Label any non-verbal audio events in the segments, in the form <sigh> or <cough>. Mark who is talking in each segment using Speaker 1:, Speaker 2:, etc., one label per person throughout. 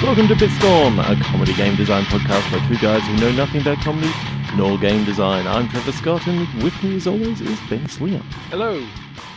Speaker 1: Welcome to Bitstorm, a comedy game design podcast by two guys who know nothing about comedy nor game design. I'm Trevor Scott, and with me, as always, is Ben Slinger.
Speaker 2: Hello,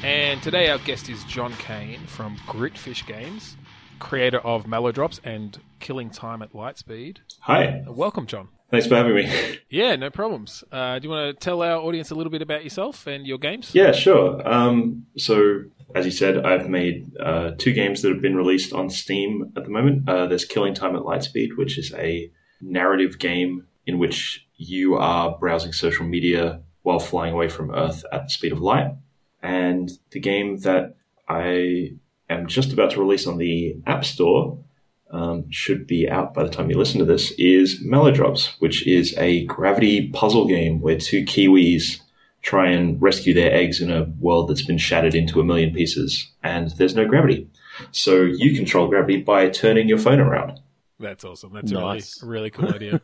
Speaker 2: and today our guest is John Kane from Gritfish Games, creator of Mellowdrops and Killing Time at Lightspeed. Uh,
Speaker 3: Hi,
Speaker 2: Welcome, John.
Speaker 3: thanks for having me. <laughs>
Speaker 2: Yeah, no problems. Uh, do you want to tell our audience a little bit about yourself and your games?
Speaker 3: yeah, sure. Um, so, as you said, I've made uh, two games that have been released on Steam at the moment. Uh, there's Killing Time at Lightspeed, which is a narrative game in which you are browsing social media while flying away from Earth at the speed of light. And the game that I am just about to release on the App Store um, should be out by the time you listen to this, is Mellowdrops, which is a gravity puzzle game where two Kiwis try and rescue their eggs in a world that's been shattered into a million pieces and there's no gravity. So you control gravity by turning your phone around.
Speaker 2: That's awesome. That's
Speaker 1: Nice.
Speaker 2: a really, really cool
Speaker 3: <laughs>
Speaker 2: idea.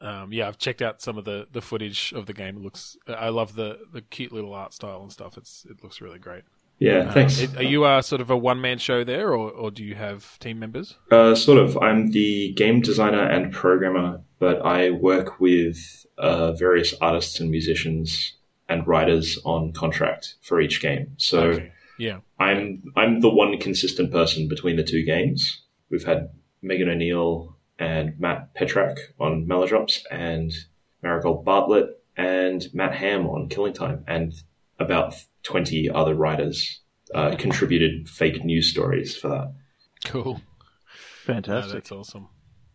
Speaker 2: um, yeah, I've checked out some of the, the footage of the game. It looks, I love the, the cute little art style and stuff. It's It looks really great.
Speaker 3: Yeah, thanks.
Speaker 2: It- are you uh, sort of a one man show there, or, or do you have team members?
Speaker 3: Uh, sort of. I'm the game designer and programmer, but I work with uh, various artists and musicians and writers on contract for each game. So
Speaker 2: Okay. Yeah.
Speaker 3: I'm I'm the one consistent person between the two games. We've had Megan O'Neill and Matt Petrak on Mellowdrops and Marigold Bartlett and Matt Ham on Killing Time and about 20 other writers uh, contributed fake news stories for that.
Speaker 2: Cool. No,
Speaker 1: Fantastic.
Speaker 2: that's awesome.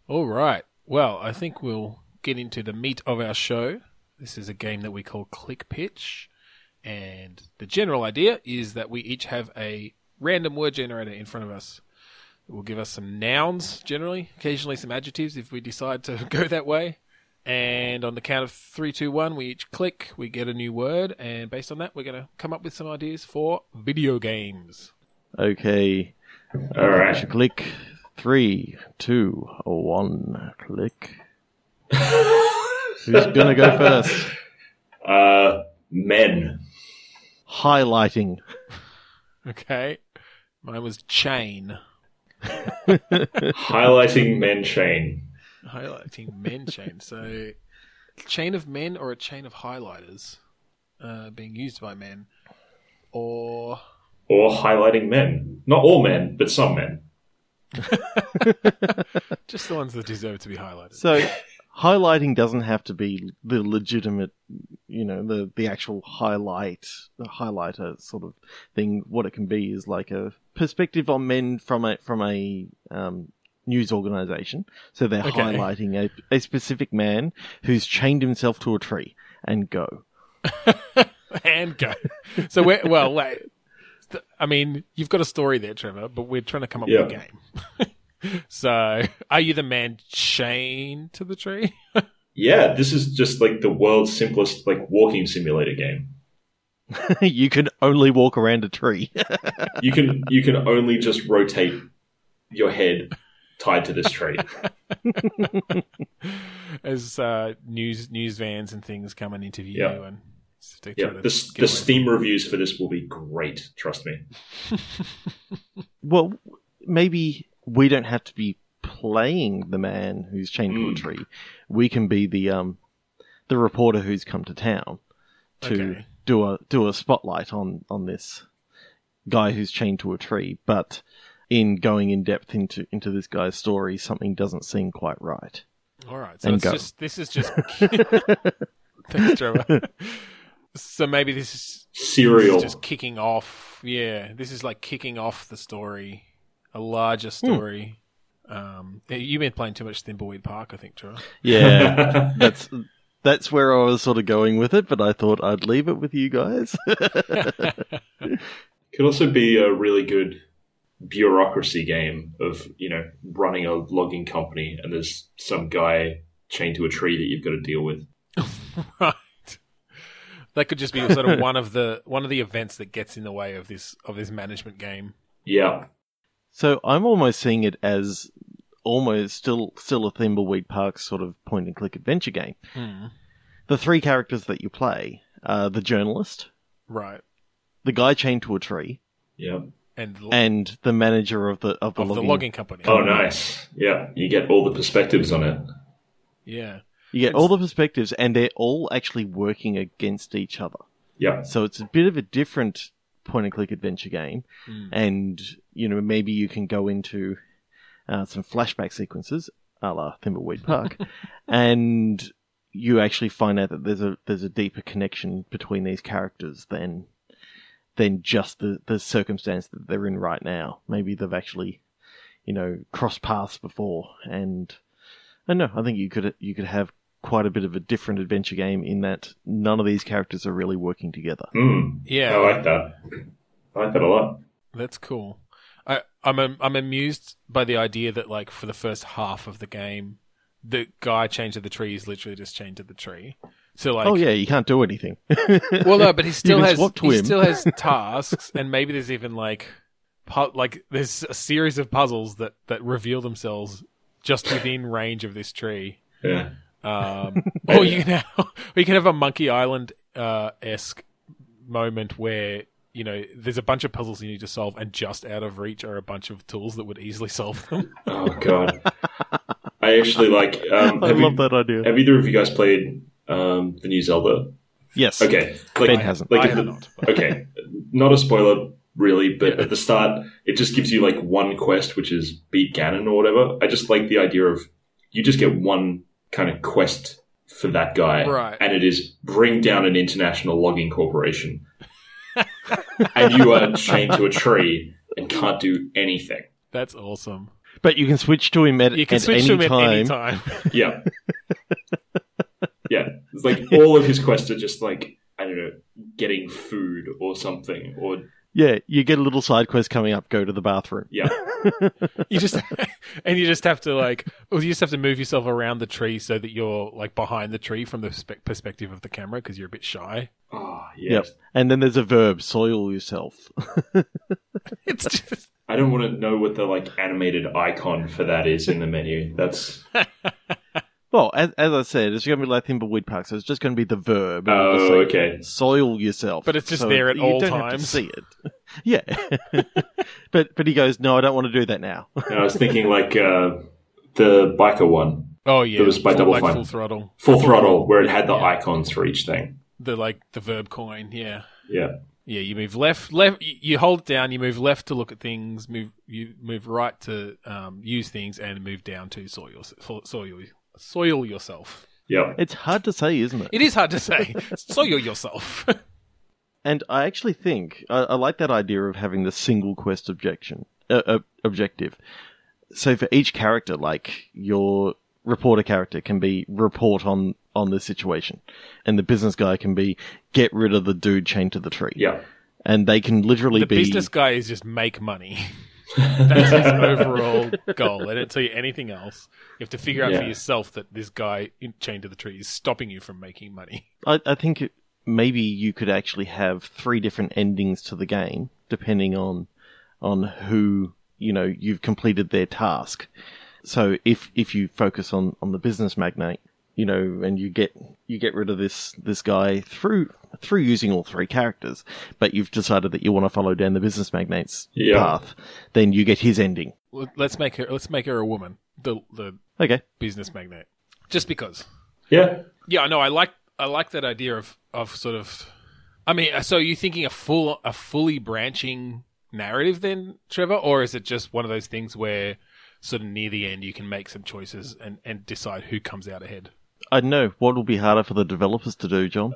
Speaker 2: All right. Well, I think we'll get into the meat of our show. This is a game that we call Click Pitch. And the general idea is that we each have a random word generator in front of us. It will give us some nouns, generally, occasionally some adjectives if we decide to <laughs> go that way. And on the count of three, two, one, we each click, we get a new word, and based on that, we're going to come up with some ideas for video games.
Speaker 1: Okay,
Speaker 3: All
Speaker 1: I should
Speaker 3: right. <laughs>
Speaker 1: click three, two, one, click. Who's gonna
Speaker 3: <laughs>
Speaker 1: go first?
Speaker 3: Uh, men.
Speaker 1: Highlighting.
Speaker 2: Okay. Mine was chain.
Speaker 3: Highlighting men chain.
Speaker 2: highlighting men chain. So, chain of men or a chain of highlighters uh, being used by men, or
Speaker 3: Or highlighting men. Not all men, but some men.
Speaker 2: just the ones that deserve to be highlighted.
Speaker 1: So, highlighting doesn't have to be the legitimate, you know, the the actual highlight, the highlighter sort of thing. What it can be is like a perspective on men from a from a um, news organization. So they're
Speaker 2: Okay.
Speaker 1: highlighting a, a specific man who's chained himself to a tree and go. <laughs>
Speaker 2: and go. So, we're, well, like, th- I mean, you've got a story there, Trevor, but we're trying to come up with a
Speaker 3: Yeah.
Speaker 2: game. <laughs> so, are you the man chained to the tree?
Speaker 3: Yeah, this is just like the world's simplest like walking simulator game.
Speaker 1: you can only walk around a tree.
Speaker 3: you can you can only just rotate your head tied to this tree.
Speaker 2: <laughs> As uh, news news vans and things come and interview
Speaker 3: Yeah.
Speaker 2: you and. s- to try
Speaker 3: Yeah,
Speaker 2: to
Speaker 3: the,
Speaker 2: get
Speaker 3: the
Speaker 2: away.
Speaker 3: Steam reviews for this will be great. Trust me.
Speaker 1: well, maybe we don't have to be playing the man who's chained to a
Speaker 3: Mm.
Speaker 1: tree. We can be the um the reporter who's come to town to
Speaker 2: Okay.
Speaker 1: do a do a spotlight on on this guy who's chained to a tree, but in going in depth into into this guy's story, something doesn't seem quite right.
Speaker 2: All right, so
Speaker 1: and
Speaker 2: it's
Speaker 1: go.
Speaker 2: just this is just. <laughs> Thanks, Trevor. so maybe this is, this
Speaker 3: Serial.
Speaker 2: is
Speaker 3: <laughs>
Speaker 2: just kicking off. Yeah, this is like kicking off the story, a larger
Speaker 1: Hmm.
Speaker 2: story. Um, you've been playing too much Thimbleweed Park, I think, Trevor. <laughs>
Speaker 1: Yeah, <laughs> that's that's where I was sort of going with it, but I thought I'd leave it with you guys.
Speaker 3: Could also be a really good bureaucracy game of you know running a logging company and there's some guy chained to a tree that you've got to deal with.
Speaker 2: right. That could just be sort
Speaker 1: <laughs>
Speaker 2: of one of the one of the events that gets in the way of this of this management game.
Speaker 3: Yeah.
Speaker 1: So I'm almost seeing it as almost still still a Thimbleweed Park sort of point and click adventure game.
Speaker 2: Hmm.
Speaker 1: The three characters that you play are the journalist,
Speaker 2: Right.
Speaker 1: the guy chained to a tree,
Speaker 3: Yeah.
Speaker 2: and, lo-
Speaker 1: and the manager of the of the,
Speaker 2: of
Speaker 1: logging.
Speaker 2: the logging company.
Speaker 3: Oh, nice. Yeah, you get all the perspectives on it.
Speaker 2: Yeah.
Speaker 1: You get all the perspectives, and they're all actually working against each other.
Speaker 3: Yeah.
Speaker 1: So it's a bit of a different point and click adventure game,
Speaker 2: Mm.
Speaker 1: and you know maybe you can go into uh, some flashback sequences, a la Thimbleweed Park, and you actually find out that there's a there's a deeper connection between these characters than than just the the circumstance that they're in right now. Maybe they've actually you know crossed paths before, and I don't know I think you could you could have quite a bit of a different adventure game in that none of these characters are really working together.
Speaker 3: Mm.
Speaker 2: Yeah.
Speaker 3: I like that. I like that a lot.
Speaker 2: That's cool. I, I'm am- I'm amused by the idea that like for the first half of the game, the guy chained to the tree is literally just chained to the tree. So like,
Speaker 1: oh yeah, you can't do anything. <laughs>
Speaker 3: Um,
Speaker 2: well no, but he still
Speaker 1: can
Speaker 2: has
Speaker 1: swap to
Speaker 2: he
Speaker 1: him. <laughs>
Speaker 2: still has tasks, and maybe there's even like, pu- like there's a series of puzzles that that reveal themselves just within range of this tree.
Speaker 3: Yeah.
Speaker 2: <laughs> Um, or you can have, or you can have a Monkey Island uh, esque moment where you know there's a bunch of puzzles you need to solve, and just out of reach are a bunch of tools that would easily solve them.
Speaker 3: Oh god. I actually like. Um,
Speaker 1: I
Speaker 3: have,
Speaker 1: love
Speaker 3: you,
Speaker 1: that idea.
Speaker 3: have either of you guys played um, the new Zelda?
Speaker 1: yes.
Speaker 3: Okay.
Speaker 1: Ben
Speaker 3: Like,
Speaker 1: hasn't.
Speaker 2: <laughs>
Speaker 3: like
Speaker 2: I
Speaker 3: at
Speaker 2: have
Speaker 3: the-
Speaker 2: not.
Speaker 3: okay, not a spoiler really, but at the start, it just gives you like one quest, which is beat Ganon or whatever. I just like the idea of you just get one kind of quest for that guy,
Speaker 2: Right.
Speaker 3: and it is bring down an international logging corporation, <laughs> and you are chained to a tree and can't do anything.
Speaker 2: That's awesome.
Speaker 1: but you can switch to him at,
Speaker 2: You can
Speaker 1: at any
Speaker 2: switch to them
Speaker 1: time.
Speaker 2: at any time. <laughs>
Speaker 3: Yeah, yeah. It's like all of his quests are just like I don't know, getting food or something, or
Speaker 1: Yeah, you get a little side quest coming up. Go to the bathroom.
Speaker 3: yeah.
Speaker 2: You just <laughs> and you just have to like, or you just have to move yourself around the tree so that you're like behind the tree from the spe- perspective of the camera because you're a bit shy. <laughs>
Speaker 3: Oh, yes.
Speaker 1: Yep. And then there's a verb: soil yourself. <laughs>
Speaker 2: It's just
Speaker 3: I don't want to know what the like animated icon for that is in the menu. That's
Speaker 1: well, as, as I said, it's going to be like Thimbleweed Park, so it's just going to be the verb. and it'll
Speaker 3: oh
Speaker 1: just say,
Speaker 3: okay.
Speaker 1: Soil yourself.
Speaker 2: But it's just
Speaker 1: So
Speaker 2: there at
Speaker 1: you
Speaker 2: all
Speaker 1: don't Have to
Speaker 2: times.
Speaker 1: see it. <laughs> Yeah. <laughs> but but he goes, no, I don't want to do that now. <laughs>
Speaker 3: And I was thinking like uh, the biker one,
Speaker 2: oh yeah,
Speaker 3: It was by
Speaker 2: full,
Speaker 3: Double
Speaker 2: like
Speaker 3: Fine.
Speaker 2: full throttle,
Speaker 3: Full Throttle, where it had the
Speaker 2: Yeah.
Speaker 3: icons for each thing.
Speaker 2: the like the verb coin, yeah.
Speaker 3: Yeah,
Speaker 2: Yeah, you move left, left. You you hold it down. You move left to look at things. Move you move right to um, use things, and move down to soil yours- so- soil soil yourself.
Speaker 3: yeah.
Speaker 1: It's hard to say, isn't it?
Speaker 2: It is hard to say. soil yourself.
Speaker 1: And I actually think I, I like that idea of having the single quest objection uh, uh, objective. So for each character, like your reporter character can be report on on the situation, and the business guy can be get rid of the dude chained to the tree.
Speaker 3: Yeah,
Speaker 1: and they can literally
Speaker 2: the
Speaker 1: be
Speaker 2: business guy is just make money. That's his overall goal. They don't tell you anything else. You have to figure out for
Speaker 3: Yeah.
Speaker 2: yourself that this guy in- chained to the tree is stopping you from making money.
Speaker 1: I, I think it- maybe you could actually have three different endings to the game, depending on on who you know you've completed their task. So if if you focus on on the business magnate, you know, and you get you get rid of this this guy through through using all three characters, but you've decided that you want to follow down the business magnate's
Speaker 3: Yeah.
Speaker 1: path, then you get his ending.
Speaker 2: Let- Let's make her. Let's make her a woman. The the
Speaker 1: Okay,
Speaker 2: business magnate. Just because.
Speaker 3: yeah.
Speaker 2: Yeah, no, I like I like that idea of of sort of. I mean, uh, so are you thinking a full a fully branching narrative then, Trevor, or is it just one of those things where sort of near the end you can make some choices and and decide who comes out ahead?
Speaker 1: I don't know what will be harder for the developers to do, John.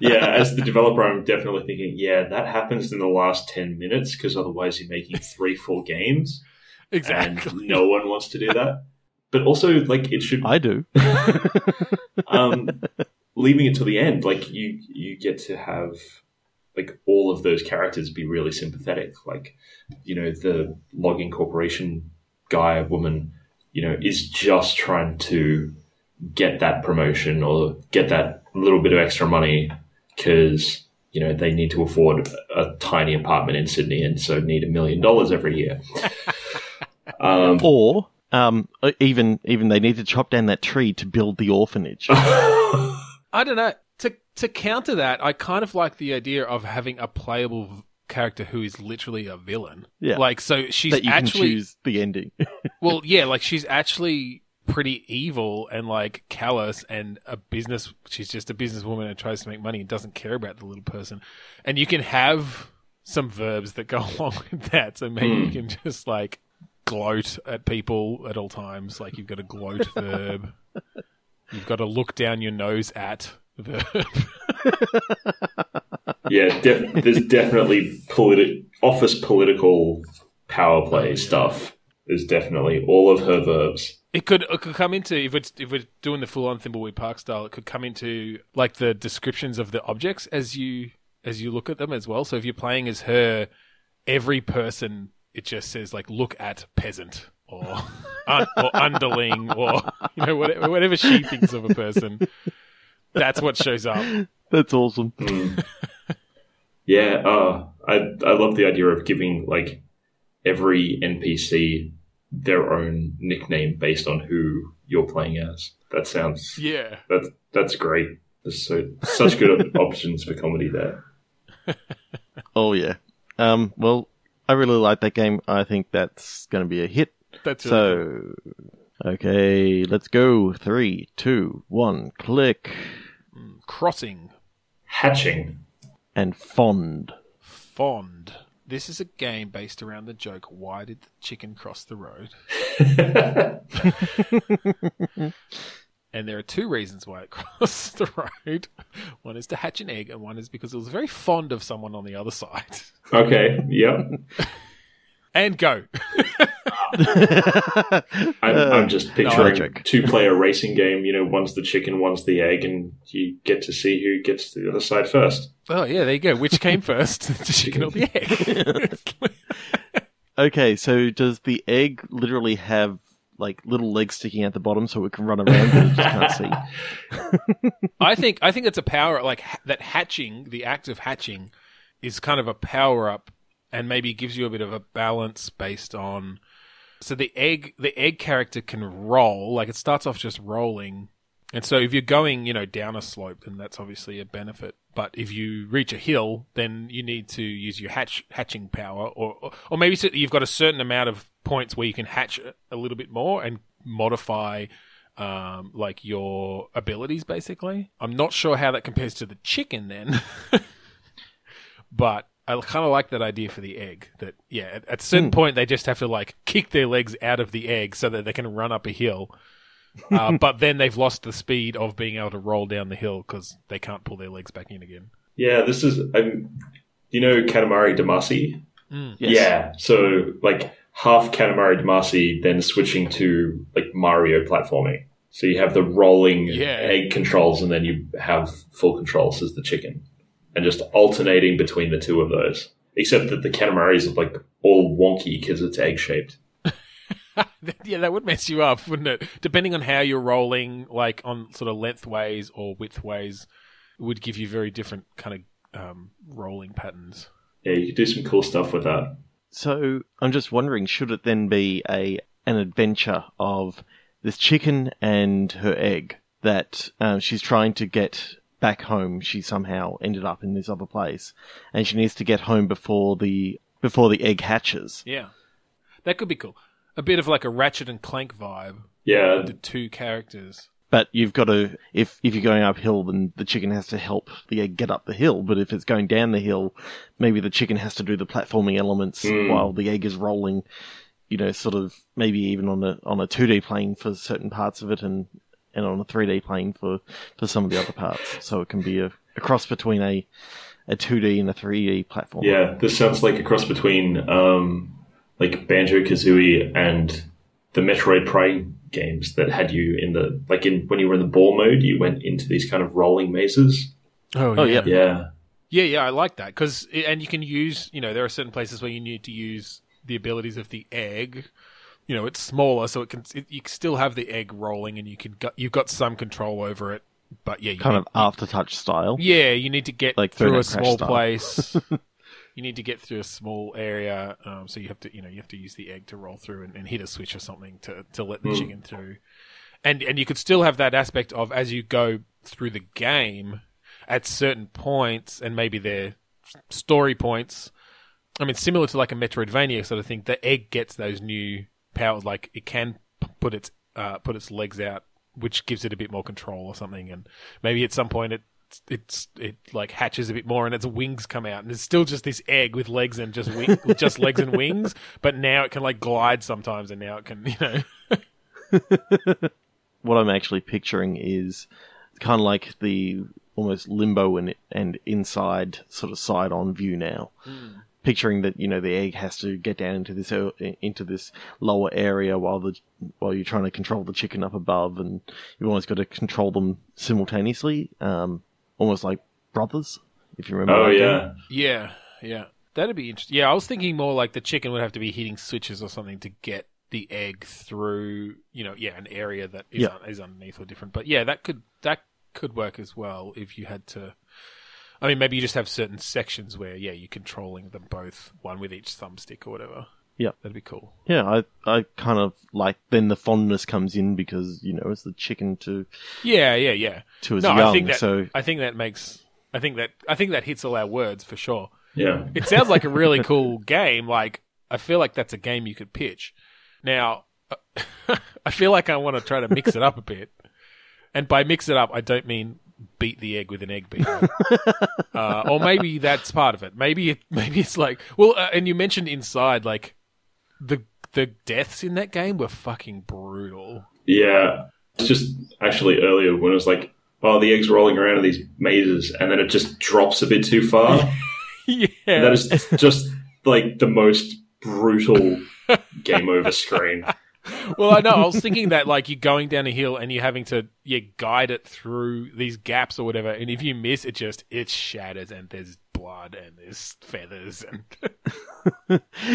Speaker 3: yeah, as the developer, I'm definitely thinking, yeah, that happens in the last 10 minutes because otherwise you're making three full games and no one wants to do that. But also, like, it should
Speaker 1: I do.
Speaker 3: um, leaving it till the end, like you you get to have like all of those characters be really sympathetic. Like you know the logging corporation guy woman, you know, is just trying to get that promotion or get that little bit of extra money because you know they need to afford a tiny apartment in Sydney and so need a million dollars every year. Um, <laughs>
Speaker 1: or um, even even they need to chop down that tree to build the
Speaker 3: <laughs>
Speaker 1: orphanage.
Speaker 2: I don't know. To to counter that, I kind of like the idea of having a playable v- character who is literally a villain.
Speaker 1: Yeah.
Speaker 2: Like, so she's
Speaker 1: that you
Speaker 2: actually.
Speaker 1: can choose the ending. <laughs>
Speaker 2: Well, yeah, like she's actually pretty evil and like callous and a business. She's just a businesswoman and tries to make money and doesn't care about the little person. And you can have some verbs that go <laughs> along with that. So maybe you can just like gloat at people at all times. Like you've got a gloat verb. You've got to look down your nose at verb.
Speaker 3: Yeah, def- there's definitely politi- office political power play stuff. There's definitely all of her verbs.
Speaker 2: It could it could come into if it's if we're doing the full on Thimbleweed Park style, it could come into like the descriptions of the objects as you as you look at them as well. So if you're playing as her, every person it just says like look at peasant or <laughs> un- or underling or you know whatever, whatever she thinks of a person. That's what shows up.
Speaker 1: That's awesome.
Speaker 3: Yeah, uh, I I love the idea of giving like every NPC their own nickname based on who you're playing as. That sounds
Speaker 2: Yeah.
Speaker 3: that's that's great. There's so such good <laughs> options for comedy there.
Speaker 1: Oh yeah. Um, well, I really like that game. I think that's going to be a hit.
Speaker 2: That's really cool.
Speaker 1: So, okay, let's go. Three, two, one, click
Speaker 2: crossing
Speaker 3: Hatching. <laughs>
Speaker 1: and fond. <laughs>
Speaker 2: fond. This is a game based around the joke why did the chicken cross the road? And there are two reasons why it <laughs> crossed the road. One is to hatch an egg, and one is because it was very fond of someone on the other side. <laughs>
Speaker 3: okay. Yep.
Speaker 2: And go.
Speaker 3: I'm, I'm just picturing <laughs>
Speaker 1: logic.
Speaker 3: two player racing game. You know, one's the chicken, one's the egg, and you get to see who gets to the other side first.
Speaker 2: Oh, yeah, there you go. Which came first, <laughs> the chicken or the egg?
Speaker 1: Okay, so does the egg literally have like little legs sticking out the bottom so it can run around but it just can't see?
Speaker 2: I think I think it's a power like ha- that hatching, the act of hatching, is kind of a power up, and maybe gives you a bit of a balance based on. So the egg, the egg character can roll. Like it starts off just rolling, and so if you're going, you know, down a slope, then that's obviously a benefit. But if you reach a hill, then you need to use your hatch hatching power, or or- or maybe so- you've got a certain amount of points where you can hatch a- a little bit more and modify um, like your abilities, basically. I'm not sure how that compares to the chicken then, <laughs> but I kind of like that idea for the egg. That yeah, at, at a certain point they just have to like kick their legs out of the egg so that they can run up a hill. Uh, but then they've lost the speed of being able to roll down the hill because they can't pull their legs back in again.
Speaker 3: Yeah, this is. I'm, you know, Katamari Damacy.
Speaker 2: Hmm.
Speaker 1: Yes.
Speaker 3: Yeah. So like half Katamari Damacy, then switching to like Mario platforming. So you have the rolling
Speaker 2: Yeah.
Speaker 3: egg controls, and then you have full controls as the chicken, and just alternating between the two of those. Except that the Katamari's are like all wonky because it's egg shaped.
Speaker 2: yeah, that would mess you up, wouldn't it? Depending on how you're rolling, like on sort of lengthways or widthways, it would give you very different kind of um, rolling patterns.
Speaker 3: Yeah, you could do some cool stuff with that.
Speaker 1: So I'm just wondering, should it then be a an adventure of this chicken and her egg that um, she's trying to get back home? She somehow ended up in this other place, and she needs to get home before the before the egg hatches.
Speaker 2: Yeah, that could be cool. A bit of like a Ratchet and Clank vibe.
Speaker 3: Yeah,
Speaker 2: The two characters.
Speaker 1: But you've got to if if you're going uphill, then the chicken has to help the egg get up the hill. But if it's going down the hill, maybe the chicken has to do the platforming elements while the egg is rolling. You know, sort of maybe even on a on a two D plane for certain parts of it, and and on a three D plane for for some of the other parts. So it can be a, a cross between a a two D and a three D platform.
Speaker 3: yeah. This sounds like a cross between um, like Banjo Kazooie and the Metroid Prime games that had you in the like in when you were in the ball mode, you went into these kind of rolling mazes.
Speaker 1: Oh, yeah.
Speaker 2: yeah,
Speaker 3: Yeah,
Speaker 2: yeah, yeah. I like that because and you can use. You know, there are certain places where you need to use the abilities of the egg. You know, it's smaller, so it can it, you still have the egg rolling, and you can got, you've got some control over it. But yeah, you
Speaker 1: kind
Speaker 2: need-
Speaker 1: of aftertouch style.
Speaker 2: Yeah, you need to get
Speaker 1: Like
Speaker 2: through a
Speaker 1: Burnout Crash
Speaker 2: small
Speaker 1: style. <laughs>
Speaker 2: place. you need to get through a small area, um, so you have to, you know, you have to use the egg to roll through and, and hit a switch or something to to let the chicken through. And and you could still have that aspect of as you go through the game, at certain points, and maybe they're story points, I mean, similar to like a Metroidvania sort of thing, the egg gets those new powers. Like it can p- put its uh, put its legs out, which gives it a bit more control or something. And maybe at some point it it's it like hatches a bit more and its wings come out, and it's still just this egg with legs and just wing, <laughs> with just legs and wings. But now it can like glide sometimes, and now it can <laughs> you know
Speaker 1: what I'm actually picturing is kind of like the almost limbo and and inside sort of side on view now.
Speaker 2: Hmm.
Speaker 1: Picturing that you know the egg has to get down into this o- into this lower area while the while you're trying to control the chicken up above, and you've almost got to control them simultaneously, um, almost like brothers. If you remember,
Speaker 3: Oh
Speaker 1: that game.
Speaker 3: yeah,
Speaker 2: Yeah, yeah. That'd be interesting. Yeah, I was thinking more like the chicken would have to be hitting switches or something to get the egg through, you know, yeah, an area that is,
Speaker 1: Yeah.
Speaker 2: un- is underneath or different. But yeah, that could that could work as well if you had to. I mean, maybe you just have certain sections where, yeah, you're controlling them both, one with each thumbstick or whatever.
Speaker 1: Yeah.
Speaker 2: that'd be cool.
Speaker 1: yeah. I I kind of like then the fondness comes in because you know it's the chicken to
Speaker 2: Yeah, yeah, yeah.
Speaker 1: to his
Speaker 2: No,
Speaker 1: young.
Speaker 2: I think that
Speaker 1: so
Speaker 2: I think that makes I think that I think that hits all our words for sure.
Speaker 3: yeah.
Speaker 2: It sounds like a really cool game. Like I feel like that's a game you could pitch. Now, <laughs> uh, I feel like I want to try to mix it up a bit, and by mix it up, I don't mean beat the egg with an egg beater, uh, or maybe that's part of it. Maybe it, maybe it's like well, uh, and you mentioned inside like the the deaths in that game were fucking brutal.
Speaker 3: Yeah. It's just actually earlier when it was like, oh, the egg's rolling around in these mazes, and then it just drops a bit too <laughs> far.
Speaker 2: yeah,
Speaker 3: And that is just like the most <laughs> brutal game over screen.
Speaker 2: Well, I know. I was thinking that like you're going down a hill and you're having to you guide it through these gaps or whatever, and if you miss, it just it shatters and there's blood and there's feathers and <laughs>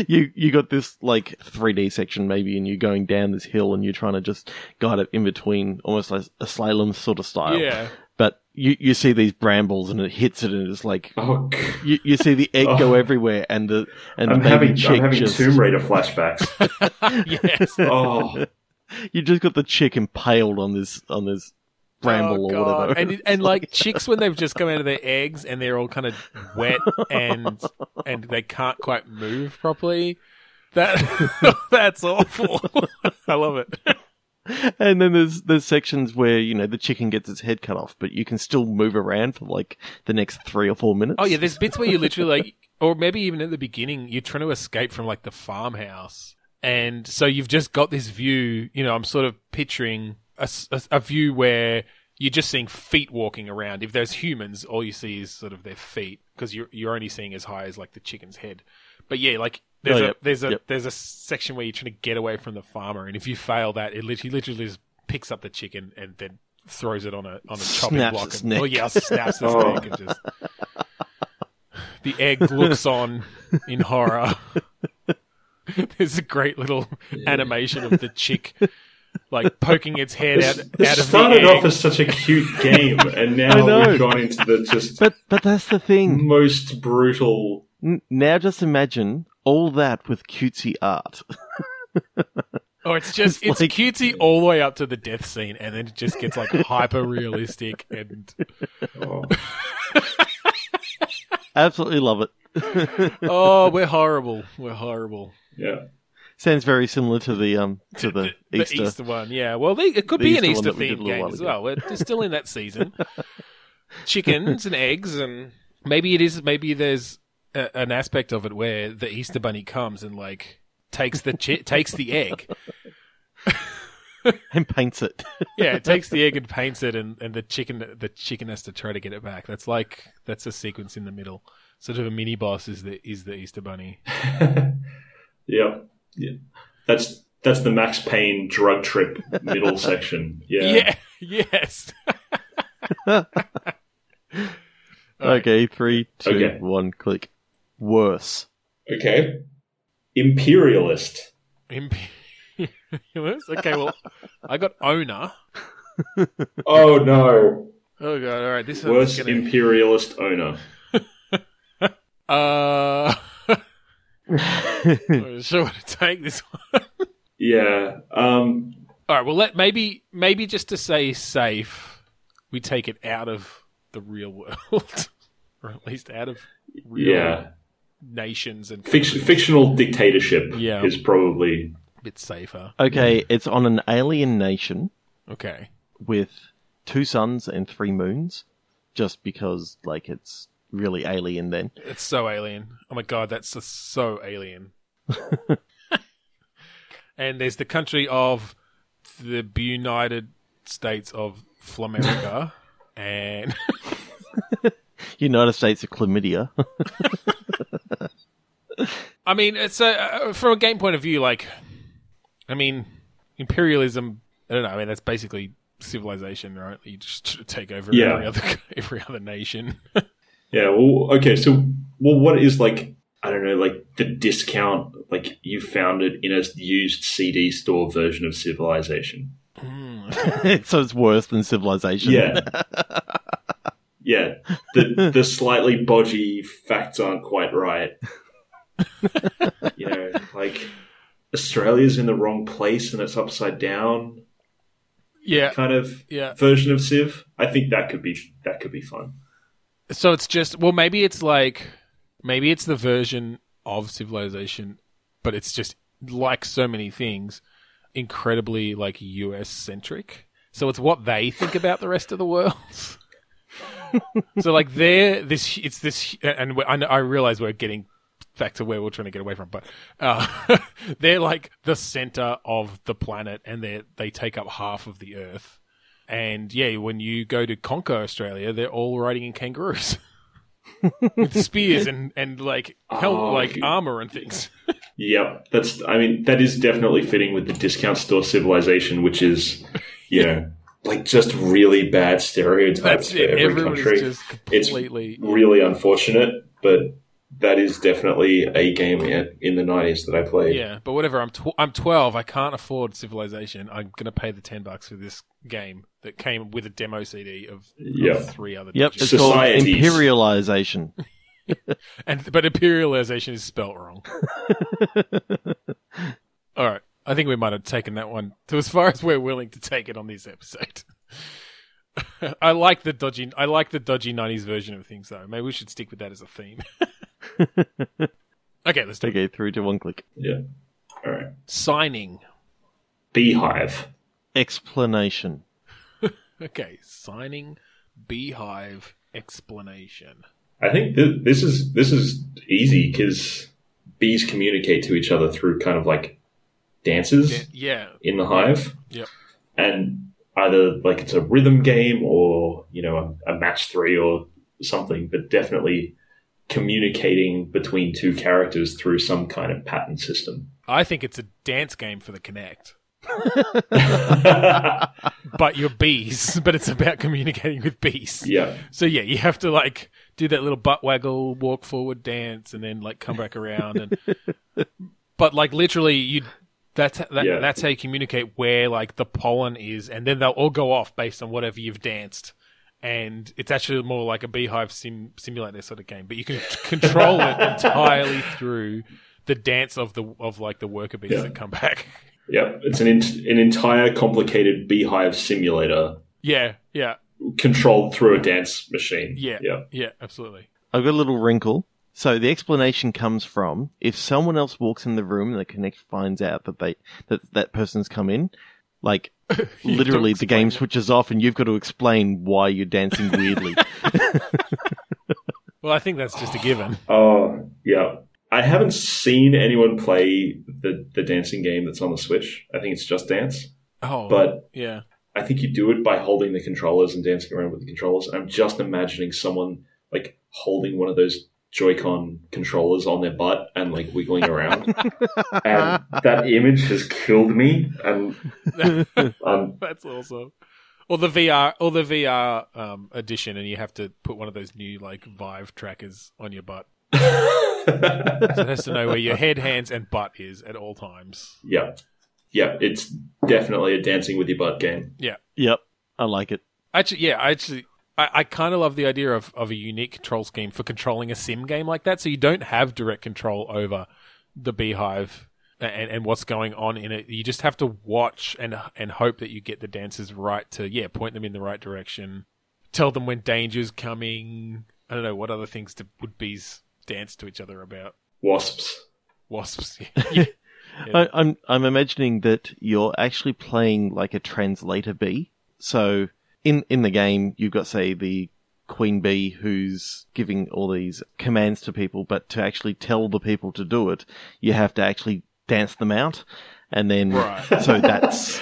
Speaker 1: you you got this like 3D section maybe, and you're going down this hill, and you're trying to just guide it in between, almost like a slalom sort of style.
Speaker 2: yeah,
Speaker 1: But you you see these brambles, and it hits it, and it's like
Speaker 3: Oh, g-
Speaker 1: you, you see the egg go everywhere, and the and
Speaker 3: I'm
Speaker 1: the baby
Speaker 3: having
Speaker 1: chick
Speaker 3: I'm having
Speaker 1: just <laughs>
Speaker 3: Tomb
Speaker 2: <laughs>
Speaker 3: Raider flashbacks.
Speaker 2: yes.
Speaker 3: Oh,
Speaker 1: you just got the chick impaled on this on this bramble
Speaker 2: Oh,
Speaker 1: or
Speaker 2: God.
Speaker 1: whatever.
Speaker 2: and it- and like chicks when they've just come out of their eggs and they're all kind of wet and and they can't quite move properly. That <laughs> that's awful. <laughs> I love it.
Speaker 1: <laughs> and then there's there's sections where you know the chicken gets its head cut off, but you can still move around for like the next three or four minutes.
Speaker 2: Oh yeah, there's bits where you literally like, or maybe even at the beginning, you're trying to escape from like the farmhouse, and so you've just got this view. You know, I'm sort of picturing a, s- a s- a view where you're just seeing feet walking around. If there's humans, all you see is sort of their feet because you're you're only seeing as high as like the chicken's head. But yeah, like. There's
Speaker 1: Oh,
Speaker 2: a
Speaker 1: yep,
Speaker 2: there's a
Speaker 1: yep.
Speaker 2: there's a section where you're trying to get away from the farmer, and if you fail that, it literally literally just picks up the chicken and then throws it on a on a chopping
Speaker 1: Snaps
Speaker 2: block.
Speaker 1: its
Speaker 2: and,
Speaker 1: neck.
Speaker 2: Oh yeah, snaps its
Speaker 3: Oh.
Speaker 2: neck and just the egg looks on in horror. <laughs> There's a great little animation of the chick like poking its head out,
Speaker 3: it
Speaker 2: out of the
Speaker 3: started
Speaker 2: egg.
Speaker 3: off as such
Speaker 2: <laughs>
Speaker 3: a cute game, and now
Speaker 1: know.
Speaker 3: we've gone into the just
Speaker 1: but but that's the thing.
Speaker 3: most brutal.
Speaker 1: N- now just imagine all that with cutesy art. <laughs>
Speaker 2: or Oh, it's just
Speaker 1: It's
Speaker 2: it's,
Speaker 1: like-
Speaker 2: cutesy all the way up to the death scene, and then it just gets like hyper realistic and
Speaker 3: Oh,
Speaker 1: Absolutely love it. <laughs>
Speaker 2: oh, we're horrible, we're horrible.
Speaker 3: yeah,
Speaker 1: Sounds very similar to the um
Speaker 2: <laughs>
Speaker 1: to the, Easter.
Speaker 2: one. Yeah, well, they, it could
Speaker 1: The
Speaker 2: be an
Speaker 1: Easter
Speaker 2: Easter
Speaker 1: one that we did a
Speaker 2: themed
Speaker 1: little
Speaker 2: game
Speaker 1: while
Speaker 2: as
Speaker 1: ago.
Speaker 2: well. We're just still in that season.
Speaker 1: <laughs>
Speaker 2: Chickens and eggs, and maybe it is. Maybe there's a, an aspect of it where the Easter bunny comes and like takes the chi- takes the egg.
Speaker 1: <laughs> and paints it.
Speaker 2: Yeah, it takes the egg and paints it, and, and the chicken the chicken has to try to get it back. That's like that's a sequence in the middle. Sort of a mini boss is the is the Easter bunny.
Speaker 3: yeah, yeah. That's that's the Max Payne drug trip
Speaker 2: <laughs>
Speaker 3: middle section.
Speaker 2: Yeah. Yes. <laughs> Alright.
Speaker 1: <laughs> okay, three, two, one,
Speaker 3: Okay.
Speaker 1: click. Worse. <laughs>
Speaker 3: Okay. Imperialist.
Speaker 2: <laughs> Imperialist. Okay, well, I got owner.
Speaker 3: Oh no.
Speaker 2: Oh god! All right, this one's
Speaker 3: Worst
Speaker 2: gonna.
Speaker 3: imperialist owner.
Speaker 2: uh, <laughs>
Speaker 1: yeah,
Speaker 2: I'm not sure what to take this one.
Speaker 3: Yeah. Um
Speaker 2: All right, well, let maybe maybe just to say safe, we take <laughs> it out of the real world, or at least out of real
Speaker 3: yeah.
Speaker 2: nations and
Speaker 3: Fict- fictional dictatorship
Speaker 2: Yeah.
Speaker 3: is probably
Speaker 2: a bit safer.
Speaker 1: Okay, it's on an alien nation
Speaker 2: Okay.
Speaker 1: with two suns and three moons, just because like it's really alien. Then
Speaker 2: It's so alien. Oh my god, that's so- so alien. and there's the country of the United States of Flamerica. and <laughs>
Speaker 1: United States of chlamydia. <laughs>
Speaker 2: I mean, it's a, uh, from a game point of view, like, I mean, imperialism. I don't know. I mean, that's basically civilization, right? You just sort of take over
Speaker 3: Yeah.
Speaker 2: every other <laughs> every other nation.
Speaker 3: yeah. Well, okay. So, well, what is like? I don't know, like the discount, like you found it in a used CD store version of Civilization.
Speaker 2: Hmm.
Speaker 1: so it's worse than civilization.
Speaker 3: Yeah. <laughs> yeah. The, the slightly bodgy facts aren't quite right. you know, like Australia's in the wrong place and it's upside down
Speaker 2: yeah,
Speaker 3: kind of
Speaker 2: yeah.
Speaker 3: version of Civ. I think that could be that could be fun.
Speaker 2: So it's just well, maybe it's like maybe it's the version of civilization, but it's just like so many things, incredibly like U.S. centric. So it's what they think about the rest of the world. <laughs> so like they're this it's this and we- I, know- I realize we're getting back to where we're trying to get away from, but uh, <laughs> they're like the center of the planet and they they take up half of the earth. And yeah, when you go to conquer Australia, they're all riding in kangaroos <laughs> with spears and and like hel-
Speaker 3: Oh,
Speaker 2: like
Speaker 3: you-
Speaker 2: armor and things.
Speaker 3: Yep, that's. I mean, that is definitely fitting with the discount store civilization,
Speaker 2: <laughs>
Speaker 3: which is, you know, like just really bad stereotypes
Speaker 2: That's
Speaker 3: for
Speaker 2: it.
Speaker 3: every
Speaker 2: Everyone's
Speaker 3: country.
Speaker 2: just
Speaker 3: It's
Speaker 2: completely.
Speaker 3: really unfortunate, but that is definitely a game in in the nineties that I played.
Speaker 2: Yeah, but whatever. I'm tw- I'm 12. I can't afford Civilization. I'm gonna pay the 10 bucks for this game that came with a demo CD of, of
Speaker 3: Yeah.
Speaker 2: three other.
Speaker 1: Yep, it's
Speaker 2: digits.
Speaker 1: called
Speaker 3: Societies.
Speaker 1: imperialization.
Speaker 2: <laughs> And but imperialization is
Speaker 1: <laughs>
Speaker 2: spelt wrong. All right. I think we might have taken that one to as far as we're willing to take it on this episode. <laughs> I like the dodgy. I like the dodgy '90s version of things, though. Maybe we should stick with that as
Speaker 1: <laughs>
Speaker 2: a theme. okay, let's do it.
Speaker 1: Okay, three to one click.
Speaker 3: yeah. All right.
Speaker 2: Signing.
Speaker 3: Beehive.
Speaker 1: Explanation.
Speaker 2: Okay, signing. Beehive explanation.
Speaker 3: I think th- this is this is easy because bees communicate to each other through kind of like dances.
Speaker 2: Yeah, yeah,
Speaker 3: in the hive.
Speaker 2: Yep.
Speaker 3: And either like it's a rhythm game or, you know, a, a match three or something, but definitely communicating between two characters through some kind of pattern system. <laughs>
Speaker 2: I think it's a dance game for the Connect,
Speaker 3: yeah.
Speaker 2: but you're bees. <laughs> But it's about communicating with bees. So yeah, you have to like do that little butt waggle, walk forward, dance, and then like come back around. And
Speaker 3: <laughs>
Speaker 2: but like literally, you that's that,
Speaker 3: Yeah.
Speaker 2: that's how you communicate where like the pollen is, and then they'll all go off based on whatever you've danced. And it's actually more like a beehive sim simulator sort of game, but
Speaker 3: <laughs>
Speaker 2: you can t- control it entirely through the dance of the of like the worker bees
Speaker 3: Yeah.
Speaker 2: that come back. <laughs>
Speaker 3: Yep. It's an, in- an entire complicated beehive simulator
Speaker 2: Yeah, yeah,
Speaker 3: controlled through a dance machine.
Speaker 2: Yeah.
Speaker 3: Yeah.
Speaker 2: yeah, absolutely.
Speaker 1: I've got a little wrinkle. So the explanation comes from if someone else walks in the room and the connect finds out that they that that person's come in,
Speaker 2: <laughs>
Speaker 1: like literally
Speaker 2: don't
Speaker 1: the game
Speaker 2: explain it.
Speaker 1: switches off and you've got to explain why you're dancing
Speaker 2: <laughs>
Speaker 1: weirdly.
Speaker 2: Well, I think that's just a given.
Speaker 3: Oh, yeah. I haven't seen anyone play the, the dancing game that's on the Switch. I think it's just dance.
Speaker 2: Oh,
Speaker 3: But
Speaker 2: yeah,
Speaker 3: I think you do it by holding the controllers and dancing around with the controllers. And I'm just imagining someone like holding one of those Joy-Con controllers on their butt and like wiggling around. and that image has killed me. And um,
Speaker 2: <laughs>
Speaker 3: <laughs>
Speaker 2: That's awesome. Or the VR, or the VR um, edition, and you have to put one of those new like Vive trackers on your butt. So it has to know where your head, hands, and butt is at all times.
Speaker 3: yeah, yeah, it's definitely a dancing with your butt game.
Speaker 1: yep, I like it.
Speaker 2: Actually, yeah, I actually, I, I kind of love the idea of, of a unique control scheme for controlling a sim game like that. So you don't have direct control over the beehive and, and what's going on in it. You just have to watch and and hope that you get the dancers right to yeah point them in the right direction, tell them when danger's coming. I don't know what other things to, would bees dance to each other about
Speaker 3: Wasps.
Speaker 2: wasps. <laughs> Yeah.
Speaker 1: I, I'm I'm imagining that you're actually playing like a translator bee. So in in the game, you've got say the queen bee who's giving all these commands to people, but to actually tell the people to do it, you have to actually dance them out, and then
Speaker 2: Right.
Speaker 1: so that's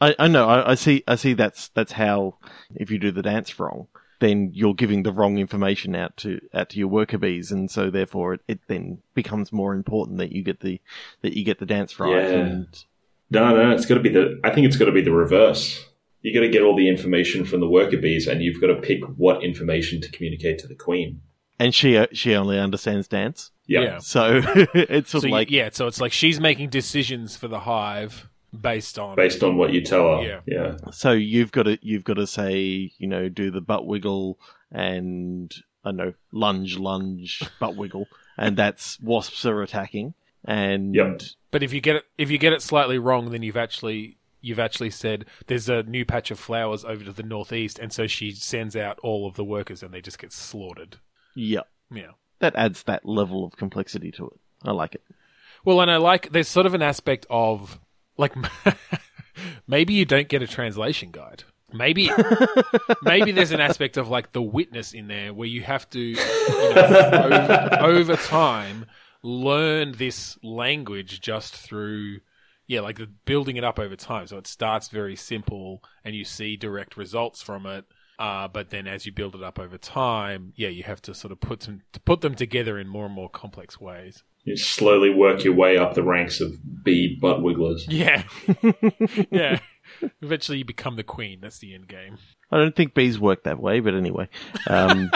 Speaker 1: I, I know I, I see I see that's that's how if you do the dance wrong then you're giving the wrong information out to out to your worker bees and so therefore it, it then becomes more important that you get the that you get the dance right
Speaker 3: Yeah.
Speaker 1: and
Speaker 3: No, no, it's got to be the. I think it's got to be the reverse. You got to get all the information from the worker bees, and you've got to pick what information to communicate to the queen.
Speaker 1: and she she only understands dance
Speaker 3: Yeah,
Speaker 2: Yeah.
Speaker 1: so <laughs> it's sort
Speaker 2: So
Speaker 1: of
Speaker 2: you-
Speaker 1: like
Speaker 2: yeah, so it's like she's making decisions for the hive based on
Speaker 3: based on what you tell her.
Speaker 2: Yeah.
Speaker 3: yeah.
Speaker 1: so you've got to you've got to say you know do the butt wiggle and I don't know lunge lunge butt wiggle and that's wasps are attacking and
Speaker 3: Yep.
Speaker 2: But if you get it, if you get it slightly wrong, then you've actually you've actually said there's a new patch of flowers over to the northeast, and so she sends out all of the workers, and they just get slaughtered.
Speaker 1: yeah
Speaker 2: Yeah.
Speaker 1: that adds that level of complexity to it. I like it.
Speaker 2: Well, and I like there's sort of an aspect of like <laughs> maybe you don't get a translation guide. Maybe maybe there's an aspect of like the witness in there where you have to you know, over, over time learn this language just through yeah like the building it up over time so it starts very simple and you see direct results from it uh, but then as you build it up over time yeah you have to sort of put them to put them together in more and more complex ways
Speaker 3: You slowly work your way up the ranks of bee butt wigglers.
Speaker 1: <laughs>
Speaker 2: yeah. yeah. Eventually you become the queen. That's the end game. <laughs>
Speaker 1: I don't think bees work that way, but anyway. Um,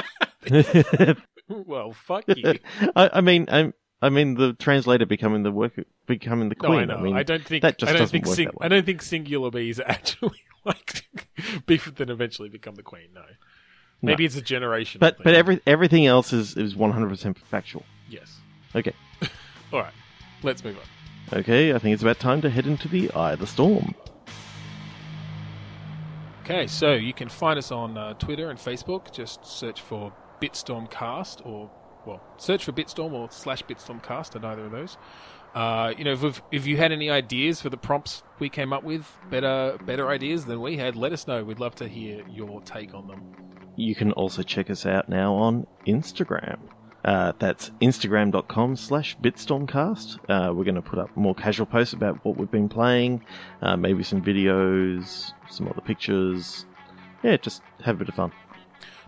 Speaker 2: Well, fuck you.
Speaker 1: I, I mean, I, I mean, the translator becoming the worker, becoming the
Speaker 2: No,
Speaker 1: queen.
Speaker 2: I know. I,
Speaker 1: mean,
Speaker 2: don't think
Speaker 1: that just
Speaker 2: I don't
Speaker 1: doesn't
Speaker 2: think
Speaker 1: work
Speaker 2: sing-
Speaker 1: that way.
Speaker 2: I don't think singular bees <laughs> are actually like beef then eventually become the queen, no. Maybe it's a generation.
Speaker 1: but but every everything else is is one hundred percent factual.
Speaker 2: Yes.
Speaker 1: Okay,
Speaker 2: Alright. Let's move on.
Speaker 1: okay. I think it's about time to head into the eye of the storm.
Speaker 2: Okay, so you can find us on uh, Twitter and Facebook. Just search for Bitstormcast or, well, search for Bitstorm or slash Bitstormcast at either of those. Uh, you know, if, we've- if you had any ideas for the prompts we came up with, better better ideas than we had, let us know. We'd love to hear your take on them.
Speaker 1: You can also check us out now on Instagram. Uh, that's instagram.com slash bitstormcast. Uh, we're going to put up more casual posts about what we've been playing, uh, maybe some videos, some other pictures. Yeah, just have a bit of fun.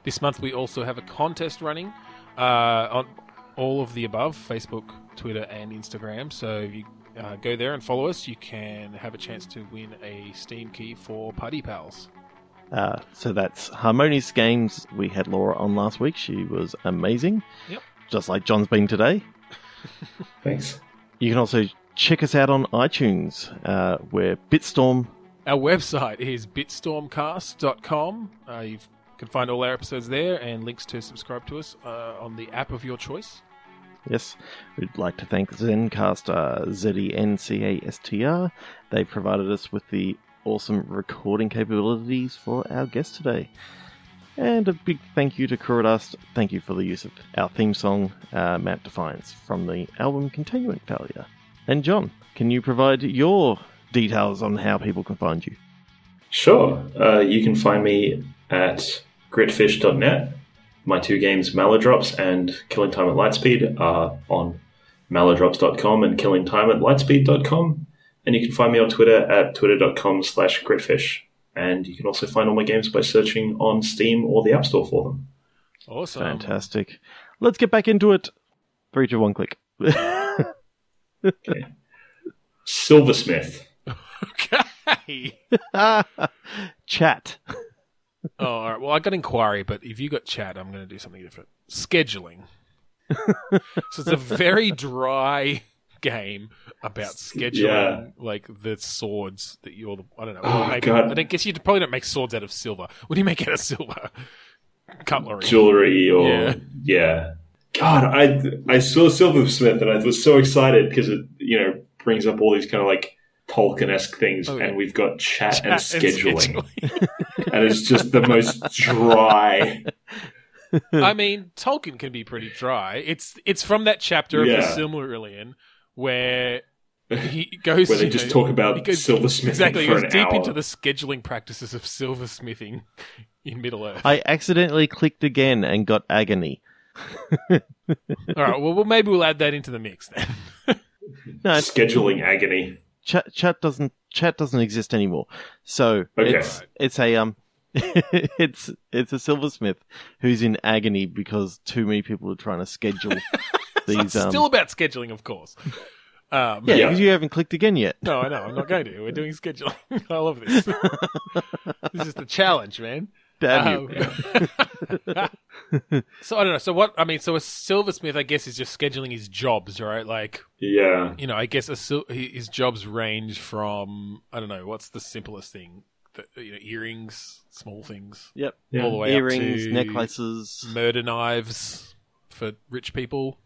Speaker 2: This month we also have a contest running uh, on all of the above Facebook, Twitter, and Instagram. So if you uh, go there and follow us, you can have a chance to win a Steam key for Party Pals.
Speaker 1: Uh, so that's Harmonious Games. We had Laura on last week. She was amazing.
Speaker 2: Yep.
Speaker 1: Just like John's been today.
Speaker 3: Thanks.
Speaker 1: You can also check us out on iTunes. Uh, we're Bitstorm
Speaker 2: Our website is bitstormcast.com. Uh, you can find all our episodes there and links to subscribe to us uh, on the app of your choice.
Speaker 1: Yes, we'd like to thank Zencaster, Z E N C A S T R. They provided us with the awesome recording capabilities for our guest today. And a big thank you to Kurodust. Thank you for the use of our theme song, uh, Map Defiance, from the album Continuant Failure. And John, can you provide your details on how people can find you?
Speaker 3: Sure. Uh, you can find me at gritfish.net. My two games, Malodrops and Killing Time at Lightspeed, are on malodrops.com and Killing Time at lightspeed.com. And you can find me on Twitter at twitter.com slash gritfish. And you can also find all my games by searching on Steam or the App Store for them.
Speaker 2: Awesome.
Speaker 1: Fantastic. Let's get back into it. Three, two, one, click. <laughs>
Speaker 3: Silversmith.
Speaker 2: Okay. <laughs>
Speaker 1: Chat.
Speaker 2: oh, all right. Well, I got inquiry, but if you got chat, I'm going to do something different.
Speaker 3: <laughs>
Speaker 2: Scheduling. so it's a very dry game about scheduling,
Speaker 3: yeah.
Speaker 2: like the swords that you're the. I don't know.
Speaker 3: Oh,
Speaker 2: Or maybe,
Speaker 3: God.
Speaker 2: I don't guess you probably don't make swords out of silver. What do you make out of silver? Cutlery.
Speaker 3: Jewelry or.
Speaker 2: Yeah.
Speaker 3: Yeah. God, I, I saw Silversmith and I was so excited because it, you know, brings up all these kind of like Tolkien esque things.
Speaker 2: Oh, yeah.
Speaker 3: And we've got chat, and
Speaker 2: Chat and
Speaker 3: scheduling.
Speaker 2: <laughs> scheduling.
Speaker 3: and it's just the most dry <laughs>
Speaker 2: I mean, Tolkien can be pretty dry. It's it's from that chapter
Speaker 3: Yeah.
Speaker 2: of the Silmarillion where he goes
Speaker 3: Where they
Speaker 2: you
Speaker 3: just
Speaker 2: know,
Speaker 3: talk about
Speaker 2: he goes-
Speaker 3: silversmithing
Speaker 2: Exactly,
Speaker 3: for
Speaker 2: it
Speaker 3: an
Speaker 2: goes deep
Speaker 3: hour.
Speaker 2: into the scheduling practices of silversmithing <laughs> in Middle Earth.
Speaker 1: I accidentally clicked again and got agony.
Speaker 2: All right, well, well, maybe we'll add that into the mix then.
Speaker 1: No, it's-
Speaker 3: scheduling agony.
Speaker 1: chat chat doesn't chat doesn't exist anymore. So
Speaker 3: Okay.
Speaker 1: it's it's a um <laughs> it's it's a silversmith who's in agony because too many people are trying to
Speaker 2: <laughs>
Speaker 1: schedule these um
Speaker 2: Still about scheduling, of course. Um,
Speaker 1: yeah,
Speaker 3: Yeah.
Speaker 1: because you haven't clicked again yet.
Speaker 2: No, I know. I'm not going to. We're doing scheduling. <laughs> I love this. this is the challenge, man. Ah,
Speaker 1: Damn you.
Speaker 2: Um, <laughs> so I don't know. So what? I mean, so a silversmith, I guess, is just scheduling his jobs, right? Like,
Speaker 3: Yeah.
Speaker 2: you know, I guess a sil- his jobs range from I don't know. What's the simplest thing? The, you know, earrings, small things,
Speaker 1: Yep.
Speaker 3: Yeah.
Speaker 2: all the way
Speaker 1: Earrings,
Speaker 2: up to
Speaker 1: necklaces.
Speaker 2: murder knives for rich people.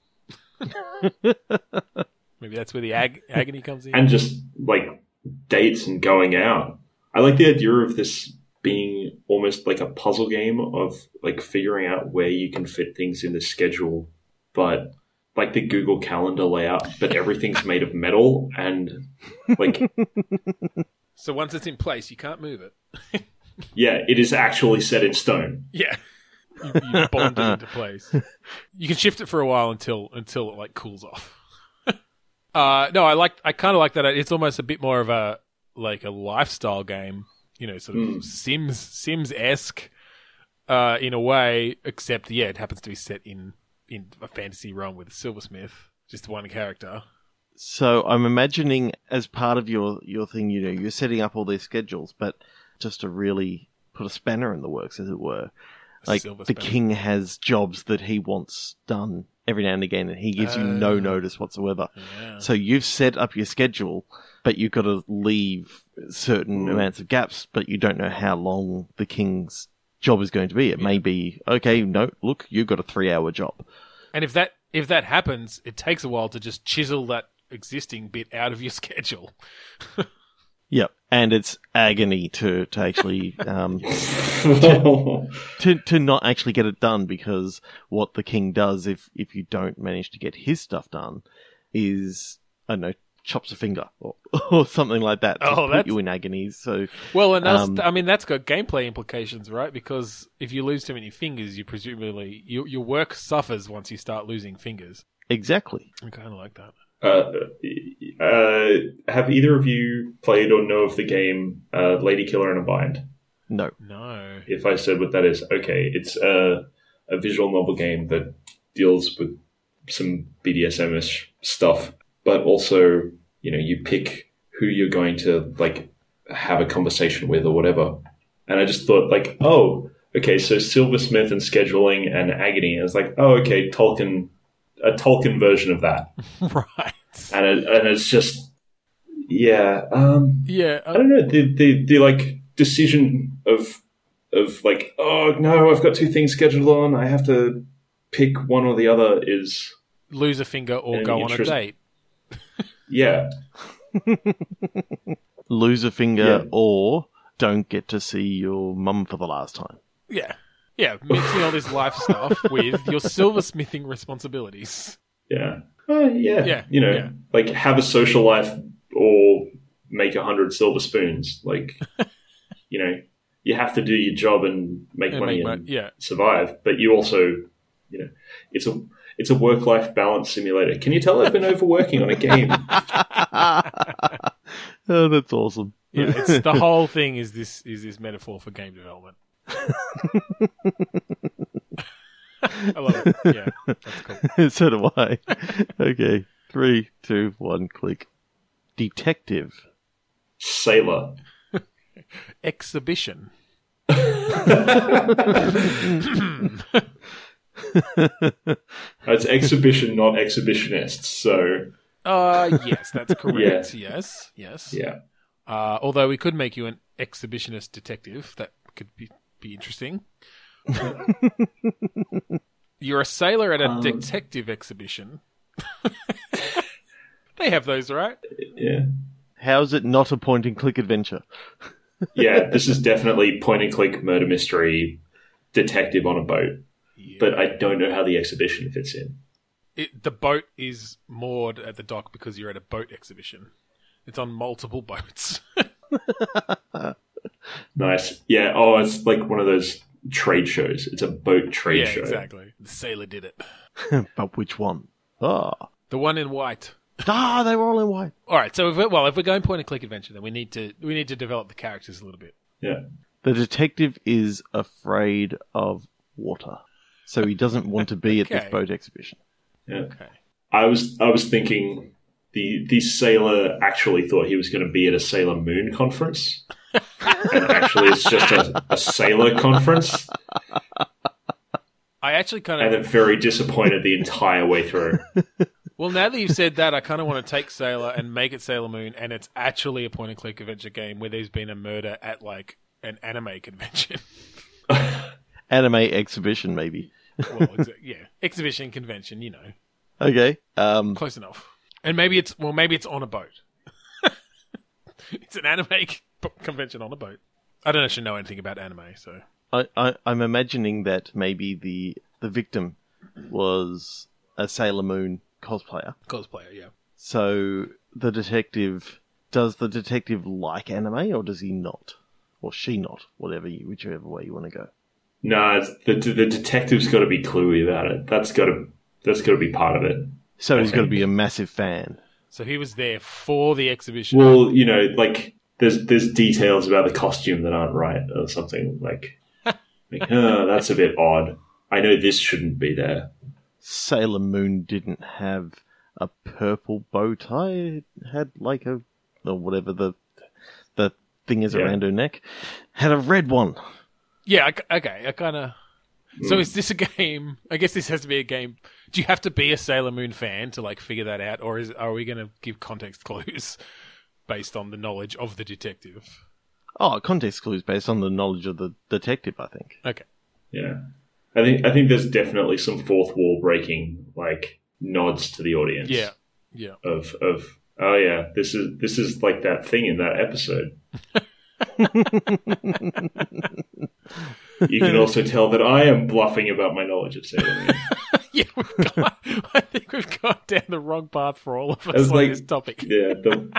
Speaker 2: Maybe that's where the ag- agony comes in.
Speaker 3: <laughs> and just like dates and going out. I like the idea of this being almost like a puzzle game of like figuring out where you can fit things in the schedule, but like the Google Calendar layout, but everything's made of metal and like
Speaker 2: so once it's in place, you can't move it.
Speaker 3: yeah, it is actually set in stone.
Speaker 2: Yeah. <laughs> You, you bond it
Speaker 1: <laughs>
Speaker 2: into place. You can shift it for a while until until it like cools off. <laughs> uh no, I like I kind of like that. It's almost a bit more of a like a lifestyle game, you know, sort of
Speaker 1: Hmm.
Speaker 3: Mm.
Speaker 2: Sims Sims esque uh, in a way. Except yeah, it happens to be set in in a fantasy realm with a silversmith, just one character.
Speaker 1: <laughs> So I'm imagining as part of your your thing, you know, you're setting up all these schedules, but just to really put a spanner in the works, as it were.
Speaker 2: a
Speaker 1: Like
Speaker 2: silver
Speaker 1: the
Speaker 2: spell.
Speaker 1: king has jobs that he wants done every now and again, and he gives you no
Speaker 2: Oh.
Speaker 1: notice whatsoever.
Speaker 2: Yeah.
Speaker 1: So you've set up your schedule, but you've got to leave certain
Speaker 3: Mm.
Speaker 1: amounts of gaps, but you don't know how long the king's job is going to be. It may be okay. No, look, you've got a three-hour job.
Speaker 2: And if that if that happens, it takes a while to just chisel that existing bit out of your <laughs> schedule.
Speaker 1: Yep, and it's agony to to
Speaker 2: <laughs>
Speaker 1: actually um, to to not actually get it done because what the king does if if you don't manage to get his stuff done is I don't know chops a finger or, <laughs> or something like that to
Speaker 2: Oh,
Speaker 1: put
Speaker 2: that's-
Speaker 1: you in agony. So
Speaker 2: Well, and that's,
Speaker 1: Um,
Speaker 2: I mean, that's got gameplay implications, right? Because if you lose too many fingers, you presumably your your work suffers once you start losing fingers.
Speaker 1: exactly,
Speaker 2: I kind of like that.
Speaker 3: uh, uh, have either of you played or know of the game uh, Lady Killer in a Bind?
Speaker 1: no,
Speaker 2: No, <laughs>
Speaker 3: if I said what that is, okay, it's a, a visual novel game that deals with some BDSM ish stuff, but also, you know, you pick who you're going to like have a conversation with or whatever. And I just thought, like, oh, okay, so Silversmith and scheduling and agony. And it's like, oh, okay, Tolkien, a Tolkien version of that.
Speaker 2: right?
Speaker 3: And, it, and it's just, yeah. Um,
Speaker 2: Yeah, uh,
Speaker 3: I don't know the the, the like decision of of like oh no I've got two things scheduled on I have to pick one or the other is
Speaker 2: lose a finger or
Speaker 3: Any
Speaker 2: go on a
Speaker 3: interest-
Speaker 2: date.
Speaker 3: yeah
Speaker 1: lose a finger
Speaker 3: Yeah.
Speaker 1: or don't get to see your mum for the last time. <laughs>
Speaker 2: Yeah, yeah, mixing all this life
Speaker 3: <laughs>
Speaker 2: stuff with your silversmithing responsibilities.
Speaker 3: yeah Uh, yeah
Speaker 2: Yeah,
Speaker 3: you know
Speaker 2: yeah.
Speaker 3: like have a social life or make a hundred silver spoons
Speaker 2: <laughs>
Speaker 3: like you know you have to do your job and make
Speaker 2: And
Speaker 3: money
Speaker 2: make
Speaker 3: and
Speaker 2: mon- yeah.
Speaker 3: survive but you also you know it's a it's a work life balance simulator can you tell I've been overworking on a
Speaker 2: <laughs>
Speaker 3: game
Speaker 1: Oh, that's awesome. <laughs>
Speaker 2: Yeah, it's
Speaker 3: <laughs>
Speaker 2: the whole thing is this is this metaphor for game development. <laughs> I love it. Yeah, that's cool.
Speaker 1: so do I. <laughs> okay, three, two, one, click. Detective.
Speaker 3: sailor
Speaker 2: Exhibition.
Speaker 3: <laughs> It's exhibition, not exhibitionists. So
Speaker 2: Uh, yes,
Speaker 3: <laughs>
Speaker 2: that's correct. Yes, yes.
Speaker 3: yeah,
Speaker 2: Uh, although we could make you an exhibitionist detective, that could be, be
Speaker 3: <laughs>
Speaker 2: interesting. You're a sailor at a
Speaker 3: Um,
Speaker 2: detective exhibition. <laughs> they have those, right?
Speaker 3: yeah,
Speaker 1: How's it not a point and click adventure? <laughs>
Speaker 3: yeah. This is definitely point and click murder mystery detective on a boat.
Speaker 2: Yeah.
Speaker 3: but I don't know how the exhibition fits in.
Speaker 2: it, the boat is moored at the dock because you're at a boat exhibition. It's on multiple <laughs> boats.
Speaker 3: Nice. Yeah. Oh, it's like one of those trade shows. It's a boat trade
Speaker 2: yeah,
Speaker 3: show.
Speaker 2: exactly. The sailor did it.
Speaker 1: but which one? Ah,
Speaker 2: The one in white.
Speaker 1: ah, they were all in white.
Speaker 2: All right. So, if we well, if we're going point and click adventure, then we need to we need to develop the characters a little bit.
Speaker 3: Yeah.
Speaker 1: The detective is afraid of water, so he doesn't want to be at <laughs>
Speaker 2: Okay.
Speaker 1: this boat exhibition.
Speaker 2: Okay.
Speaker 3: I was I was thinking the the sailor actually thought he was going to be at a Sailor Moon conference, and actually it's just a, a sailor conference,
Speaker 2: I actually kind
Speaker 3: and
Speaker 2: of
Speaker 3: then very disappointed the entire way through.
Speaker 2: well now that you've said that, I kind of want to take Sailor and make it Sailor Moon, and it's actually a point and click adventure game where there's been a murder at like an anime convention. <laughs>
Speaker 1: Anime exhibition, maybe.
Speaker 2: well, ex- yeah, exhibition convention, you know,
Speaker 1: Okay. Um,
Speaker 2: close enough. And maybe it's well, maybe it's on a boat. <laughs> it's an anime <laughs> c- convention on a boat. I don't actually know anything about anime, so
Speaker 1: I, I, I'm imagining that maybe the the victim was a Sailor Moon cosplayer.
Speaker 2: cosplayer, yeah.
Speaker 1: So the detective does the detective like anime or does he not, or she not, whatever, you, whichever way you want to go.
Speaker 3: Nah, it's- the the detective's got to be cluey about it. That's got to that's got to be part of it.
Speaker 1: So he's
Speaker 3: Okay.
Speaker 1: got to be a massive fan.
Speaker 2: So he was there for the exhibition.
Speaker 3: Well, you know, like there's there's details about the costume that aren't right or something like, like oh, that's a bit odd. I know this shouldn't be there.
Speaker 1: Sailor Moon didn't have a purple bow tie. It had like a or whatever the the thing is
Speaker 3: Yeah.
Speaker 1: around her neck. Had a red one.
Speaker 2: yeah, I c okay, I kind of. So is this a game? I guess this has to be a game. Do you have to be a Sailor Moon fan to like figure that out, or is are we going to give context clues <laughs> based on the knowledge of the detective?
Speaker 1: Oh, context clues based on the knowledge of the detective, I think.
Speaker 2: Okay,
Speaker 3: Yeah, I think I think there's definitely some fourth wall breaking like nods to the audience.
Speaker 2: yeah, yeah.
Speaker 3: Of of oh yeah, this is this is like that thing in that episode. you can also tell that I am bluffing about my knowledge of Sailor
Speaker 2: <laughs>
Speaker 3: Moon.
Speaker 2: <laughs> Yeah, we've got, I think we've gone down the wrong path for all of us
Speaker 3: was
Speaker 2: on
Speaker 3: like-
Speaker 2: this topic.
Speaker 3: yeah, the,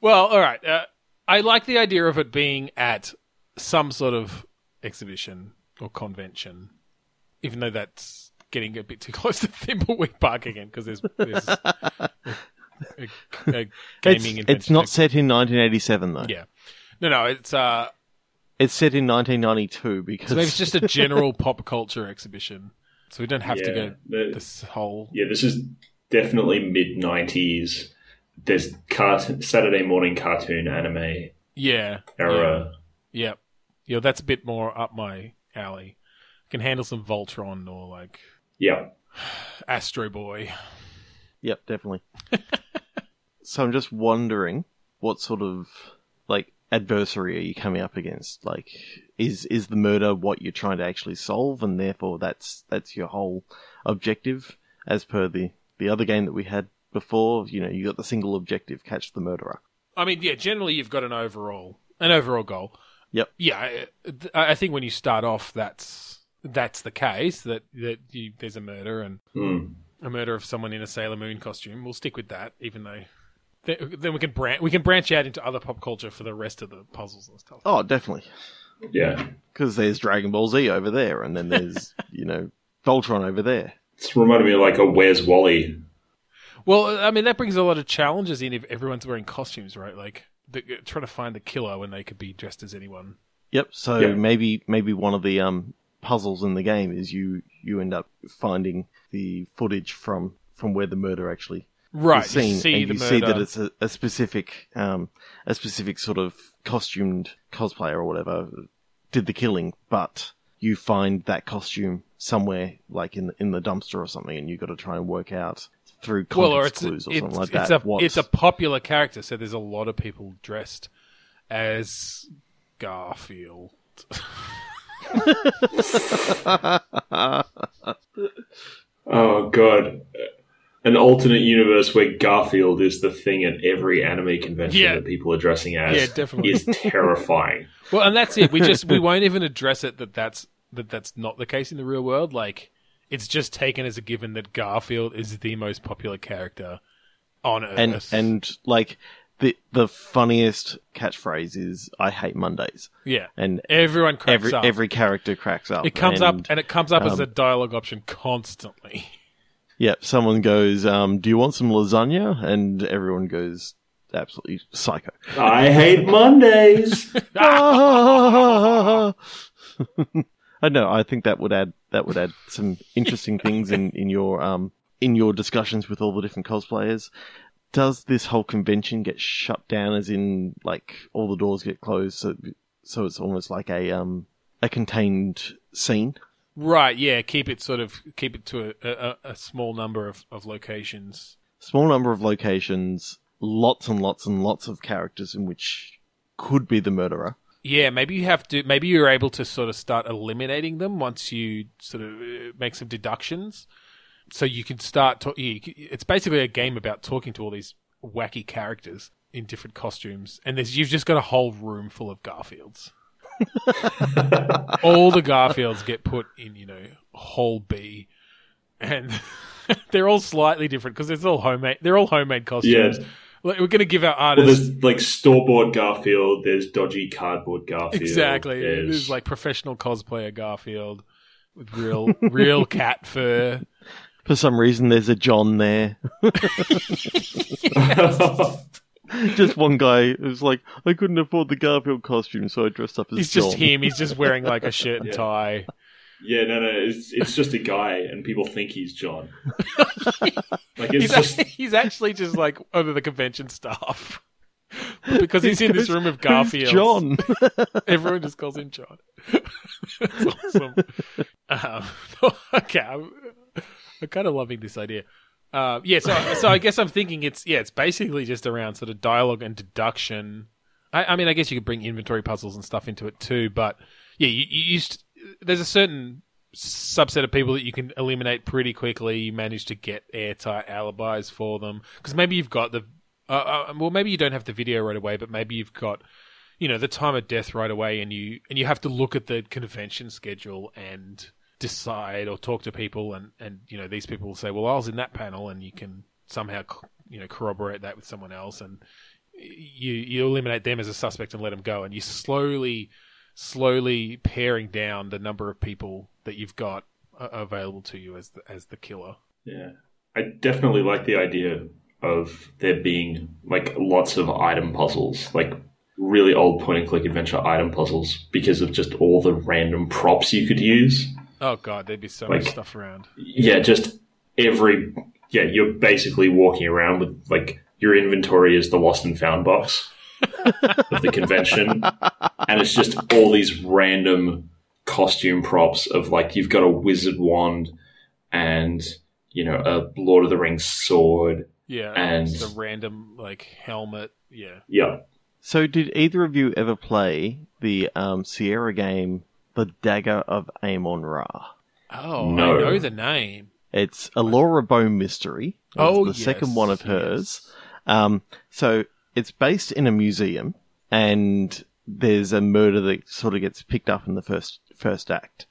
Speaker 2: Well, all right. Uh, I like the idea of it being at some sort of exhibition or convention, even though that's getting a bit too <laughs> close to Thimbleweed Park again because there's, there's a, a- a
Speaker 1: It's, it's
Speaker 2: gaming. invention.
Speaker 1: not set in 1987 though.
Speaker 2: Yeah. No, no. It's uh.
Speaker 1: It's set in 1992 because
Speaker 2: So maybe it's just
Speaker 1: <laughs>
Speaker 2: a general pop culture exhibition. So we don't have to
Speaker 3: yeah,
Speaker 2: go
Speaker 3: the-
Speaker 2: this whole.
Speaker 3: yeah, this is definitely mid '90s. There's cart- Saturday morning cartoon anime
Speaker 2: Yeah. yeah.
Speaker 3: era.
Speaker 2: Yep. Yeah, that's a bit more up my alley. Can handle some Voltron or like
Speaker 3: Yeah,
Speaker 2: Astro Boy.
Speaker 1: Yep, definitely. <laughs> so I'm just wondering what sort of like adversary are you coming up against? Like is is the murder what you're trying to actually solve and therefore that's that's your whole objective as per the the other game that we had before, you know, you got the single objective catch the murderer.
Speaker 2: I mean, yeah, generally you've got an overall an overall goal.
Speaker 1: Yep.
Speaker 2: Yeah, I, I I think when you start off, that's that's the case that that you, there's a murder and
Speaker 3: Hmm.
Speaker 2: a murder of someone in a Sailor Moon costume. We'll stick with that, even though th- then we can branch we can branch out into other pop culture for the rest of the puzzles and stuff.
Speaker 1: Oh, definitely.
Speaker 3: yeah.
Speaker 1: Cuz there's Dragon Ball Z over there and then there's, you know, Voltron over there.
Speaker 3: It's reminded me of like a Where's Wally
Speaker 2: Well, I mean, that brings a lot of challenges in if everyone's wearing costumes, right? Like, the, trying to find the killer when they could be dressed as anyone.
Speaker 1: Yep. So
Speaker 3: Yeah.
Speaker 1: maybe maybe one of the um, puzzles in the game is you you end up finding the footage from from where the murder actually
Speaker 2: Right.
Speaker 1: was seen,
Speaker 2: you see
Speaker 1: and
Speaker 2: the
Speaker 1: you
Speaker 2: murder.
Speaker 1: see that it's a, a specific um, a specific sort of costumed cosplayer or whatever did the killing, but you find that costume somewhere like in in the dumpster or something, and you've got to try and work out through context
Speaker 2: well, or it's,
Speaker 1: clues or
Speaker 2: it's,
Speaker 1: something like
Speaker 2: it's
Speaker 1: that.
Speaker 2: a,
Speaker 1: what-
Speaker 2: it's a popular character, so there's a lot of people dressed as Garfield.
Speaker 3: Oh god. An alternate universe where Garfield is the thing at every anime convention
Speaker 2: Yeah.
Speaker 3: that people are dressing
Speaker 2: <laughs>
Speaker 3: as
Speaker 2: Yeah, definitely.
Speaker 3: is terrifying.
Speaker 1: <laughs>
Speaker 2: Well, and that's it. We just we won't even address it that that's that that's not the case in the real world. Like, it's just taken as a given that Garfield is the most popular character on Earth.
Speaker 1: and and like the the funniest catchphrase is "I hate Mondays,"
Speaker 2: yeah,
Speaker 1: and
Speaker 2: everyone cracks
Speaker 1: every
Speaker 2: up.
Speaker 1: every character cracks up.
Speaker 2: it comes
Speaker 1: and-
Speaker 2: up and it comes up as
Speaker 1: um,
Speaker 2: a dialogue option constantly. <laughs>
Speaker 1: Yep, someone goes, um, "Do you want some lasagna?" And everyone goes, "Absolutely
Speaker 2: <laughs>
Speaker 1: psycho."
Speaker 3: I hate Mondays.
Speaker 1: I know. I think that would add that would add some interesting things in in your um in your discussions with all the different cosplayers. Does this whole convention get shut down? As in, like all the doors get closed, so so it's almost like a um a contained scene.
Speaker 2: Right, yeah, keep it sort of keep it to a, a, a small number of, of locations.
Speaker 1: Small number of locations, lots and lots and lots of characters in which could be the murderer.
Speaker 2: Yeah, maybe you have to. Maybe you're able to sort of start eliminating them once you sort of uh, make some deductions. So you can start. To- you, c- it's basically a game about talking to all these wacky characters in different costumes, and there's you've just got a whole room full of Garfields. all the Garfields get put in, you know, hall B, and <laughs> they're all slightly different because it's all homemade. They're all homemade costumes.
Speaker 3: Yeah.
Speaker 2: Like, we're going to give our
Speaker 3: well,
Speaker 2: artists
Speaker 3: there's like store-bought Garfield. There's dodgy cardboard Garfield.
Speaker 2: Exactly.
Speaker 3: There's,
Speaker 2: This is
Speaker 3: <laughs>
Speaker 2: like professional cosplayer Garfield with real real cat fur.
Speaker 1: For some reason, there's a John there. <laughs> just one guy who's like, I couldn't afford the Garfield costume, so I dressed up as
Speaker 2: He's
Speaker 1: John.
Speaker 2: just him. He's just wearing like a shirt and
Speaker 3: Yeah.
Speaker 2: tie.
Speaker 3: yeah, no, no. It's it's just a guy, and people think he's
Speaker 2: <laughs>
Speaker 3: John. like it's
Speaker 2: He's,
Speaker 3: just
Speaker 2: act- he's actually just like under the convention staff. <laughs> But because he's
Speaker 1: He
Speaker 2: in this
Speaker 1: goes,
Speaker 2: room of
Speaker 1: <laughs> "Who's
Speaker 2: Garfield,
Speaker 1: John.
Speaker 2: <laughs>
Speaker 1: <laughs>
Speaker 2: everyone just calls him John. <laughs> That's awesome. Um, <laughs> okay, I'm, I'm kind of loving this idea. Uh, yeah, so so I guess I'm thinking it's yeah, it's basically just around sort of dialogue and deduction. I, I mean, I guess you could bring inventory puzzles and stuff into it too, but yeah, you, you used there's a certain subset of people that you can eliminate pretty quickly. You manage to get airtight alibis for them because maybe you've got the uh, uh, well, maybe you don't have the video right away, but maybe you've got you know the time of death right away, and you and you have to look at the convention schedule and decide or talk to people, and and you know these people will say, well, I was in that panel, and you can somehow co- you know corroborate that with someone else, and you you eliminate them as a suspect and let them go, and you slowly slowly paring down the number of people that you've got uh, available to you as the, as the killer.
Speaker 3: Yeah. I definitely like the idea of there being like lots of item puzzles, like really old point and click adventure item puzzles because of just all the random props you could use.
Speaker 2: Oh god, there'd be so much
Speaker 3: Like-
Speaker 2: stuff around.
Speaker 3: Yeah, just every yeah, you're basically walking around with like your inventory is the lost and found box of the convention. And it's just all these random costume props of like you've got a wizard wand and you know, a Lord of the Rings sword.
Speaker 2: Yeah,
Speaker 3: And-
Speaker 2: just a random like helmet. Yeah.
Speaker 3: Yeah.
Speaker 1: so, did either of you ever play the um, Sierra game, The Dagger of Amon Ra?
Speaker 2: Oh,
Speaker 3: No.
Speaker 2: I know the name.
Speaker 1: It's a Laura Bone mystery. It's
Speaker 2: Oh,
Speaker 1: the second
Speaker 2: yes,
Speaker 1: one of hers. Um, so it's based in a museum, and there's a murder that sort of gets picked up in the first first act,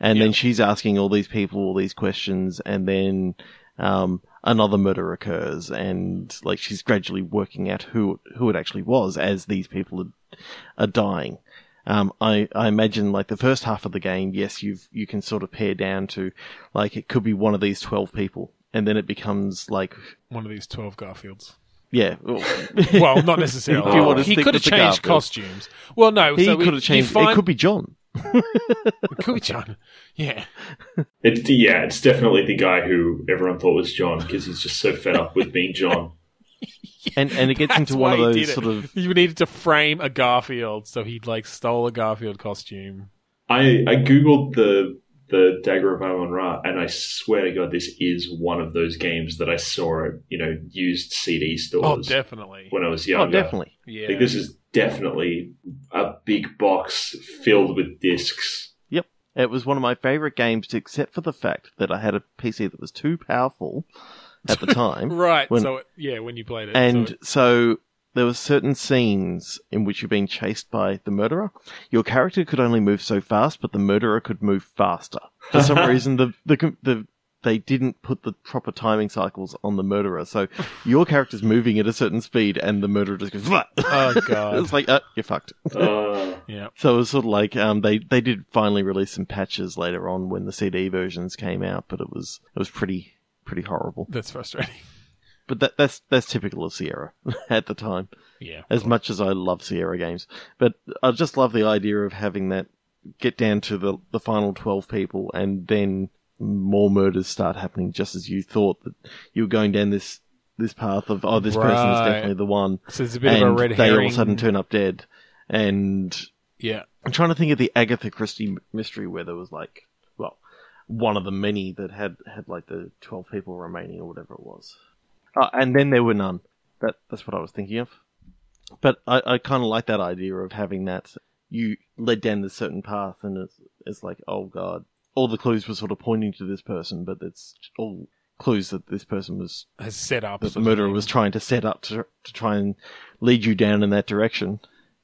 Speaker 1: and then she's asking all these people all these questions, and then um, another murder occurs, and like she's gradually working out who who it actually was as these people are, are dying. Um, I, I imagine like the first half of the game, yes, you've you can sort of pare down to like it could be one of these twelve people, and then it becomes like
Speaker 2: One of these twelve Garfields.
Speaker 1: yeah, <laughs>
Speaker 2: Well, not necessarily.
Speaker 1: If you want to
Speaker 2: he
Speaker 1: stick
Speaker 2: could have
Speaker 1: with the Garfield.
Speaker 2: changed costumes. Well, no,
Speaker 1: he
Speaker 2: so we-
Speaker 1: could have changed.
Speaker 2: You find,
Speaker 1: It could be
Speaker 2: <laughs>
Speaker 1: John.
Speaker 2: could be John. Yeah,
Speaker 3: It's yeah, it's definitely the guy who everyone thought was John because he's just so fed up with being John.
Speaker 1: and and it gets
Speaker 2: That's
Speaker 1: into one of
Speaker 2: why he
Speaker 1: those
Speaker 2: did
Speaker 1: sort
Speaker 2: it.
Speaker 1: of
Speaker 2: You needed to frame a Garfield, so he like stole a Garfield costume.
Speaker 3: I I googled the the Dagger of Amon Ra, and I swear to God, this is one of those games that I saw at you know used CD
Speaker 2: Oh,
Speaker 3: stores
Speaker 2: definitely.
Speaker 3: when I was
Speaker 1: oh
Speaker 3: younger.
Speaker 1: definitely
Speaker 2: Yeah.
Speaker 3: Like this is definitely a big box filled with discs.
Speaker 1: it was one of my favorite games, except for the fact that I had a PC that was too powerful at the time,
Speaker 2: <laughs> Right.
Speaker 1: When-
Speaker 2: so it- yeah, when you played it, so
Speaker 1: and
Speaker 2: it-
Speaker 1: so there were certain scenes in which you're being chased by the murderer. Your character could only move so fast, but the murderer could move faster. For
Speaker 2: <laughs>
Speaker 1: some reason, the, the com- the they didn't put the proper timing cycles on the murderer, so your character's moving at a certain speed, and the murderer just goes. <laughs>
Speaker 2: Oh god.
Speaker 1: it's like uh, you're fucked.
Speaker 3: Uh,
Speaker 2: yeah.
Speaker 1: So it was sort of like um, they they did finally release some patches later on when the CD versions came out, but it was it was pretty pretty horrible.
Speaker 2: That's frustrating. <laughs>
Speaker 1: But that that's that's typical of Sierra <laughs> at the time.
Speaker 2: Yeah.
Speaker 1: As much as I love Sierra games, but I just love the idea of having that get down to the the final twelve people, and then more murders start happening, just as you thought that you were going down this this path of oh this person is
Speaker 2: Right.
Speaker 1: definitely the one,
Speaker 2: So it's a bit
Speaker 1: and
Speaker 2: of a red
Speaker 1: they
Speaker 2: herring.
Speaker 1: all of a sudden turn up dead, and
Speaker 2: yeah.
Speaker 1: I'm trying to think of the Agatha Christie mystery where there was like, well, one of the many that had had like the twelve people remaining or whatever it was, uh, and then there were none. That that's what I was thinking of. But I, I kind of like that idea of having that you led down this certain path, and it's it's like, oh god, all the clues were sort of pointing to this person, but it's all clues that this person was
Speaker 2: Has set up.
Speaker 1: that the
Speaker 2: sort of
Speaker 1: murderer
Speaker 2: thing.
Speaker 1: was trying to set up to to try and lead you down in that direction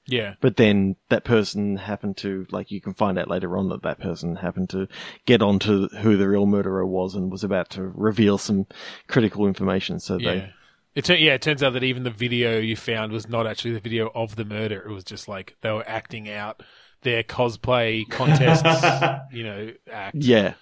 Speaker 2: Yeah.
Speaker 1: but then that person happened to like you can find out later on that that person happened to get onto who the real murderer was and was about to reveal some critical information so
Speaker 2: Yeah.
Speaker 1: they
Speaker 2: It tur- yeah, it turns out that even the video you found was not actually the video of the murder. It was just like they were acting out their
Speaker 1: <laughs>
Speaker 2: cosplay contests, you know, act.
Speaker 1: yeah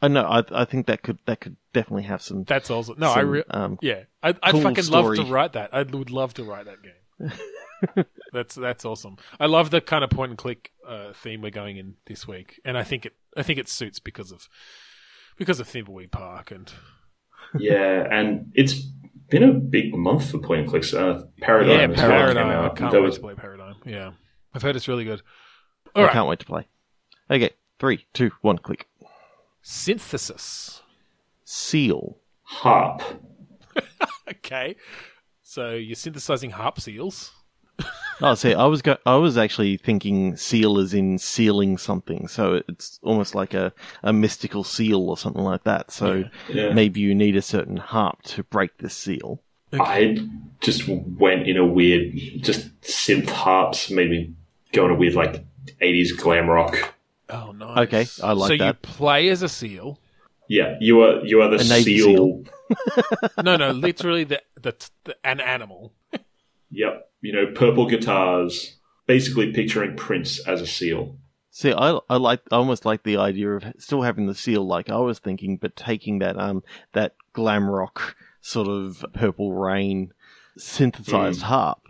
Speaker 1: i know i i think that could that could definitely have some
Speaker 2: That's also no. I
Speaker 1: some,
Speaker 2: re-
Speaker 1: um
Speaker 2: yeah, I, I'd
Speaker 1: cool
Speaker 2: fucking love
Speaker 1: story.
Speaker 2: to write that. I would love to write that game.
Speaker 1: <laughs>
Speaker 2: that's that's awesome. I love the kind of point and click uh, theme we're going in this week, and I think it I think it suits because of because of Thimbleweed Park and
Speaker 3: yeah, and it's been a big month for point and clicks. Uh, Paradigm
Speaker 2: yeah,
Speaker 3: as well came
Speaker 2: Paradigm. I
Speaker 3: out.
Speaker 2: can't
Speaker 3: That
Speaker 2: wait
Speaker 3: was-
Speaker 2: to play Paradigm. Yeah, I've heard it's really good.
Speaker 1: i
Speaker 2: All right,
Speaker 1: can't wait to play okay three two one click
Speaker 2: synthesis.
Speaker 1: seal
Speaker 3: harp.
Speaker 2: Okay, so you're synthesizing harp seals.
Speaker 1: oh see i was go- i was actually thinking seal is in sealing something so it's almost like a a mystical seal or something like that so
Speaker 2: Yeah.
Speaker 3: Yeah.
Speaker 1: maybe you need a certain harp to break the seal.
Speaker 3: I just went in a weird, just synth harps made me go in a weird like '80s glam rock.
Speaker 2: Oh, nice.
Speaker 1: Okay, I like
Speaker 2: so you
Speaker 1: that.
Speaker 2: play as a seal.
Speaker 3: Yeah, you are you are the
Speaker 1: A Navy
Speaker 3: seal.
Speaker 1: Seal.
Speaker 2: No, no, literally the, the, the an animal.
Speaker 3: Yep, you know, purple guitars. Basically, picturing Prince as a seal.
Speaker 1: See, I, I like I almost like the idea of still having the seal like I was thinking, but taking that um that glam rock sort of purple rain synthesized harp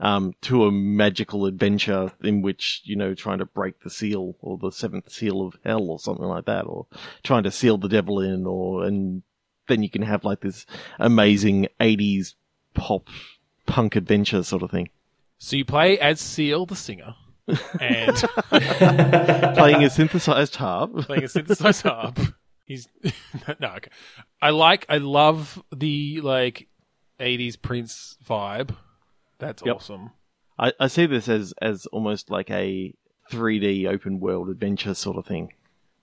Speaker 1: um to a magical adventure in which you know trying to break the seal or the seventh seal of hell or something like that, or trying to seal the devil in, or and then you can have like this amazing '80s pop punk adventure sort of thing.
Speaker 2: So you play as Seal, the singer,
Speaker 1: <laughs>
Speaker 2: and
Speaker 1: playing a synthesized harp.
Speaker 2: playing a synthesized harp. He's <laughs> no okay. I like, I love the like '80s Prince vibe. That's
Speaker 1: Yep.
Speaker 2: awesome.
Speaker 1: I, I see this as as almost like a 3D open world adventure sort of thing.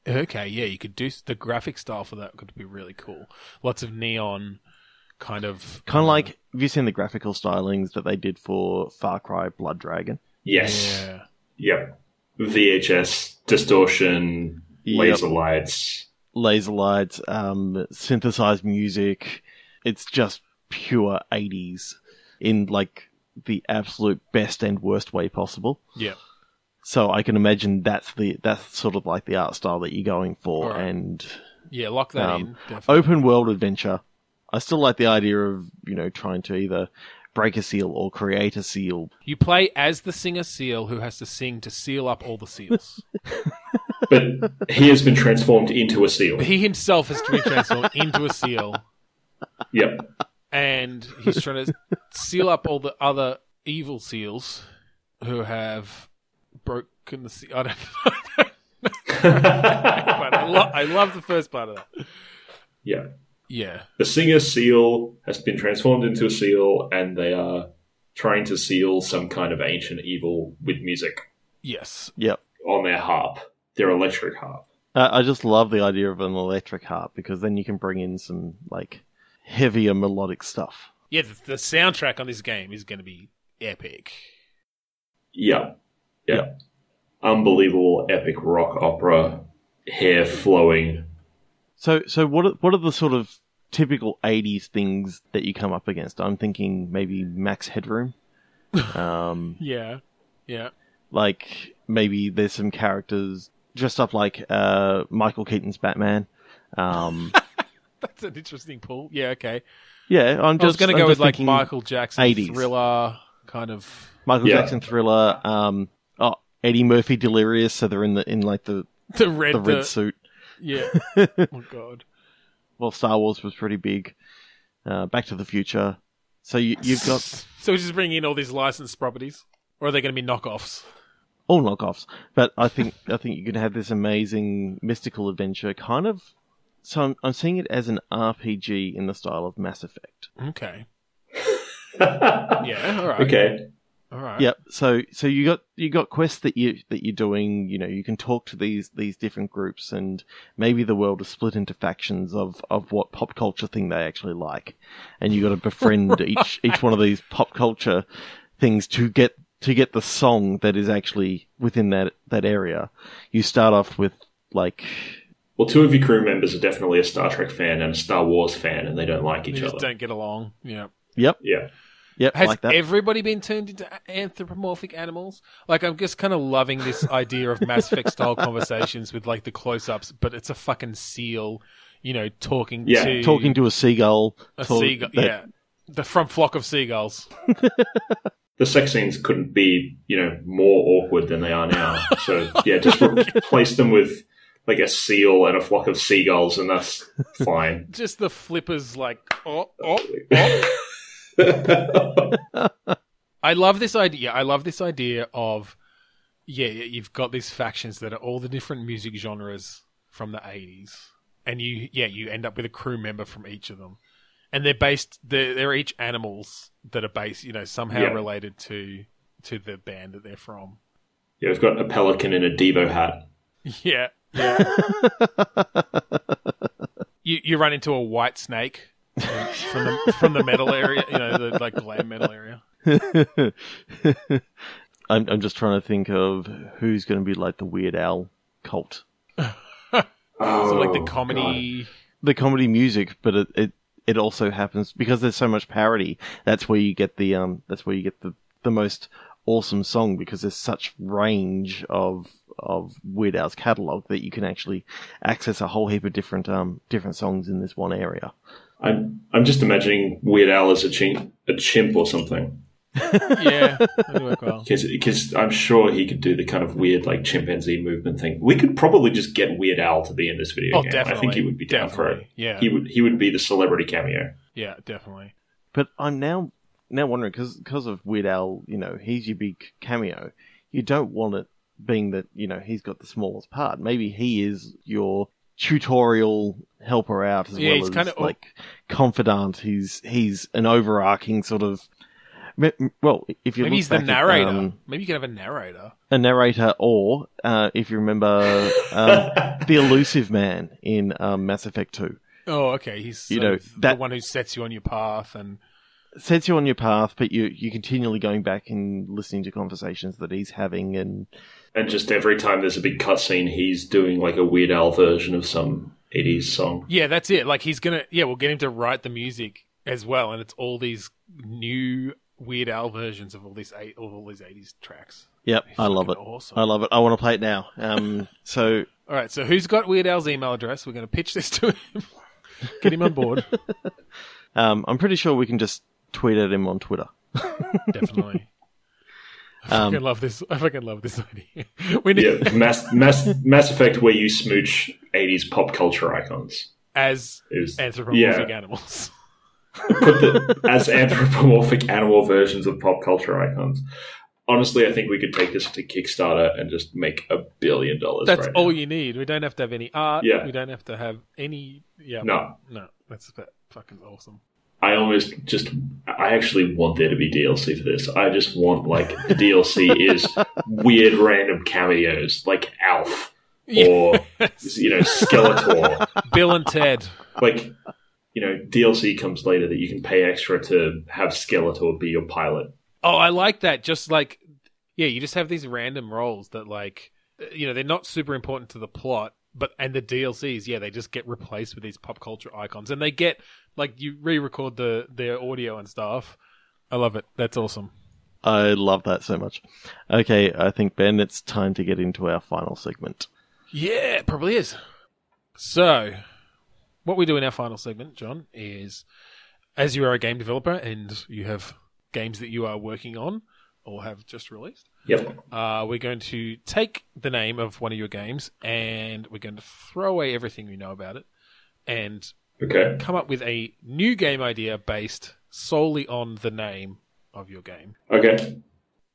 Speaker 2: Okay, yeah, you could do s- the graphic style for that could be really cool. Lots of neon, kind of
Speaker 1: Kind of like have you seen the graphical stylings that they did for Far Cry Blood Dragon?
Speaker 3: Yes.
Speaker 2: yeah.
Speaker 3: Yep. VHS distortion,
Speaker 1: Yep.
Speaker 3: laser lights.
Speaker 1: Laser lights, um, synthesized music. It's just pure 80s in like the absolute best and worst way possible.
Speaker 2: Yeah.
Speaker 1: So I can imagine that's the that's sort of like the art style that you're going for,
Speaker 2: Alright.
Speaker 1: and
Speaker 2: Yeah, lock that
Speaker 1: Um,
Speaker 2: in. Definitely.
Speaker 1: open world adventure. I still like the idea of, you know, trying to either break a seal or create a seal.
Speaker 2: You play as the singer seal who has to sing to seal up all the seals. <laughs>
Speaker 3: But he has been transformed into a seal.
Speaker 2: he himself has to be transformed into a seal,
Speaker 3: Yep.
Speaker 2: and he's trying to seal up all the other evil seals who have broken the seal. I don't know. but I, lo- I love the first part of that.
Speaker 3: <laughs> yeah.
Speaker 2: Yeah.
Speaker 3: The singer seal has been transformed into a seal, and they are trying to seal some kind of ancient evil with music
Speaker 2: Yes.
Speaker 1: Yep.
Speaker 3: on their harp, their electric harp.
Speaker 1: Uh, I just love the idea of an electric harp because then you can bring in some, like, heavier melodic stuff.
Speaker 2: Yeah, the, the soundtrack on this game is going to be epic.
Speaker 3: Yeah. Yeah. Unbelievable epic rock opera,
Speaker 2: <laughs>
Speaker 3: hair flowing.
Speaker 1: So, so what? Are, what are the sort of typical '80s things that you come up against? I'm thinking maybe Max Headroom.
Speaker 2: <laughs>
Speaker 1: Um,
Speaker 2: Yeah, yeah.
Speaker 1: like maybe there's some characters dressed up like uh, Michael Keaton's Batman.
Speaker 2: <laughs>
Speaker 1: Um,
Speaker 2: <laughs> That's an interesting pull. Yeah, okay.
Speaker 1: yeah, I'm just
Speaker 2: I was going to
Speaker 1: I'm
Speaker 2: go
Speaker 1: just
Speaker 2: with like
Speaker 1: thinking
Speaker 2: Michael Jackson
Speaker 1: 80s.
Speaker 2: thriller kind of. <laughs>
Speaker 1: Michael
Speaker 3: Yeah.
Speaker 1: Jackson thriller. Um, oh, Eddie Murphy Delirious. So they're in the in like the
Speaker 2: The red,
Speaker 1: the red
Speaker 2: the-
Speaker 1: suit. <laughs>
Speaker 2: yeah. oh god.
Speaker 1: Well, Star Wars was pretty big. Uh, Back to the Future. So you, you've got
Speaker 2: <laughs> So we just bring in all these licensed properties, or are they going to be knockoffs?
Speaker 1: all knockoffs, but I think I think you can have this amazing mystical adventure kind of. So I'm, I'm seeing it as an RPG in the style of Mass Effect.
Speaker 2: Okay.
Speaker 3: yeah.
Speaker 2: Yeah. All right.
Speaker 3: Okay.
Speaker 2: All right.
Speaker 1: Yep. So so you got you got quests that you that you're doing. You know you can talk to these these different groups, and maybe the world is split into factions of of what pop culture thing they actually like, and you got to befriend
Speaker 2: <laughs>
Speaker 1: each each one of these pop culture things to get to get the song that is actually within that that area. You start off with like
Speaker 3: Well, two of your crew members are definitely a Star Trek fan and a Star Wars fan, and they don't like
Speaker 2: They
Speaker 3: each
Speaker 2: just
Speaker 3: other.
Speaker 2: don't get along. Yeah.
Speaker 1: yep
Speaker 3: Yeah.
Speaker 1: yep
Speaker 2: Has
Speaker 1: like that.
Speaker 2: everybody been turned into a- anthropomorphic animals? Like, I'm just kind of loving
Speaker 1: <laughs>
Speaker 2: this idea of Mass Effect style conversations with like the close ups, but it's a fucking seal, you know, talking
Speaker 3: Yeah,
Speaker 2: to
Speaker 1: Talking to a seagull.
Speaker 2: a
Speaker 1: talk-
Speaker 2: seagull.
Speaker 1: that-
Speaker 2: Yeah, the front flock of seagulls.
Speaker 3: The sex scenes couldn't be, you know, more awkward than they are now. So yeah,
Speaker 2: <laughs>
Speaker 3: just replace them with like a seal and a flock of seagulls, and that's
Speaker 2: <laughs>
Speaker 3: fine.
Speaker 2: Just the flippers, like oh oh. I love this idea. I love this idea of yeah, yeah, you've got these factions that are all the different music genres from the 80s. And you yeah, you end up with a crew member from each of them. And they're based they're, they're each animals that are based, you know, somehow
Speaker 3: Yeah.
Speaker 2: related to to the band that they're from. <laughs>
Speaker 3: Yeah, we've got a pelican in a Devo hat.
Speaker 2: Yeah. <laughs> You you run into a white snake from the from the metal area, you know, the like glam metal area.
Speaker 1: <laughs> I'm, I'm just trying to think of who's going to be like the Weird Al cult.
Speaker 3: Oh,
Speaker 2: So like the comedy
Speaker 1: The comedy music, but it, it it also happens because there's so much parody. That's where you get the um. That's where you get the the most awesome song because there's such range of of Weird Al's catalog that you can actually access a whole heap of different um different songs in this one area.
Speaker 3: God. I'm I'm just imagining Weird Al as a chimp, a chimp or something.
Speaker 2: Yeah, that'd work well.
Speaker 3: <laughs> Because I'm sure he could do the kind of weird like chimpanzee movement thing. We could probably just get Weird Al to be in this video
Speaker 2: Oh,
Speaker 3: game.
Speaker 2: definitely.
Speaker 3: I think he would be down for it.
Speaker 2: definitely. Yeah,
Speaker 3: He would he would be the celebrity cameo.
Speaker 2: yeah, definitely.
Speaker 1: But I'm now now wondering because of Weird Al, you know, he's your big cameo. You don't want it being that you know he's got the smallest part. Maybe he is your tutorial helper out as
Speaker 2: Yeah,
Speaker 1: well
Speaker 2: he's
Speaker 1: as
Speaker 2: kinda- oh,
Speaker 1: like confidant. He's he's an overarching sort of. me- Well, if you
Speaker 2: Maybe
Speaker 1: look
Speaker 2: he's the
Speaker 1: back at,
Speaker 2: narrator.
Speaker 1: um,
Speaker 2: Maybe you could have a narrator.
Speaker 1: a narrator, or uh, if you remember <laughs> um,
Speaker 3: <laughs>
Speaker 1: the elusive man in um, Mass Effect Two.
Speaker 2: Oh, okay. He's
Speaker 1: You
Speaker 2: sort
Speaker 1: know,
Speaker 2: of
Speaker 1: that-
Speaker 2: the one who sets you on your path, and
Speaker 1: sets you on your path, but you you're continually going back and listening to conversations that he's having, and
Speaker 3: And just every time there's a big cutscene, he's doing like a Weird Al version of some 80s song.
Speaker 2: yeah, that's it. Like he's gonna. Yeah, we'll get him to write the music as well, and it's all these new Weird Al versions of all these eight, of all these eighties tracks.
Speaker 1: yep, I love it.
Speaker 2: Fucking Awesome.
Speaker 1: I love it. I want to play it now.
Speaker 2: <laughs>
Speaker 1: Um, so
Speaker 2: all right, so who's got Weird Al's email address? We're gonna pitch this to him. <laughs> Get him on
Speaker 1: <laughs>
Speaker 2: board.
Speaker 1: um, I'm pretty sure we can just tweet at him on Twitter.
Speaker 2: definitely. I
Speaker 1: Um,
Speaker 2: fucking love this. I fucking love this <laughs> idea. We need
Speaker 3: Yeah, Mass, Mass, Mass Effect where you smooch 80s pop culture icons.
Speaker 2: as
Speaker 3: Is,
Speaker 2: anthropomorphic
Speaker 3: Yeah.
Speaker 2: animals.
Speaker 3: put the, <laughs> as anthropomorphic animal versions of pop culture icons. Honestly, I think we could take this to Kickstarter and just make a billion
Speaker 2: <laughs>
Speaker 3: dollars.
Speaker 2: That's
Speaker 3: right
Speaker 2: all
Speaker 3: now.
Speaker 2: you need. We don't have to have any art.
Speaker 3: Yeah.
Speaker 2: We don't have to have any. Yeah.
Speaker 3: No,
Speaker 2: No. That's that fucking awesome.
Speaker 3: I almost just. I actually want there to be DLC for this. I just want like the DLC is weird random cameos like Alf or you know Skeletor.
Speaker 2: Bill and
Speaker 3: <laughs>
Speaker 2: Ted.
Speaker 3: like you know DLC comes later that you can pay extra to have Skeletor be your pilot.
Speaker 2: Oh, I like that. Just like, yeah, you just have these random roles that, like, you know, they're not super important to the plot, but and the DLCs, yeah, they just get replaced with these pop culture icons, and they get like you re-record the their audio and stuff. I love it. That's awesome.
Speaker 1: I love that so much. Okay, I think Ben, it's time to get into our final segment.
Speaker 2: Yeah, it probably is. So, what we do in our final segment, John, is as you are a game developer and you have games that you are working on or have just released,
Speaker 3: Yep.
Speaker 2: uh, we're going to take the name of one of your games and we're going to throw away everything you know about it and
Speaker 3: Okay.
Speaker 2: come up with a new game idea based solely on the name of your game.
Speaker 3: Okay.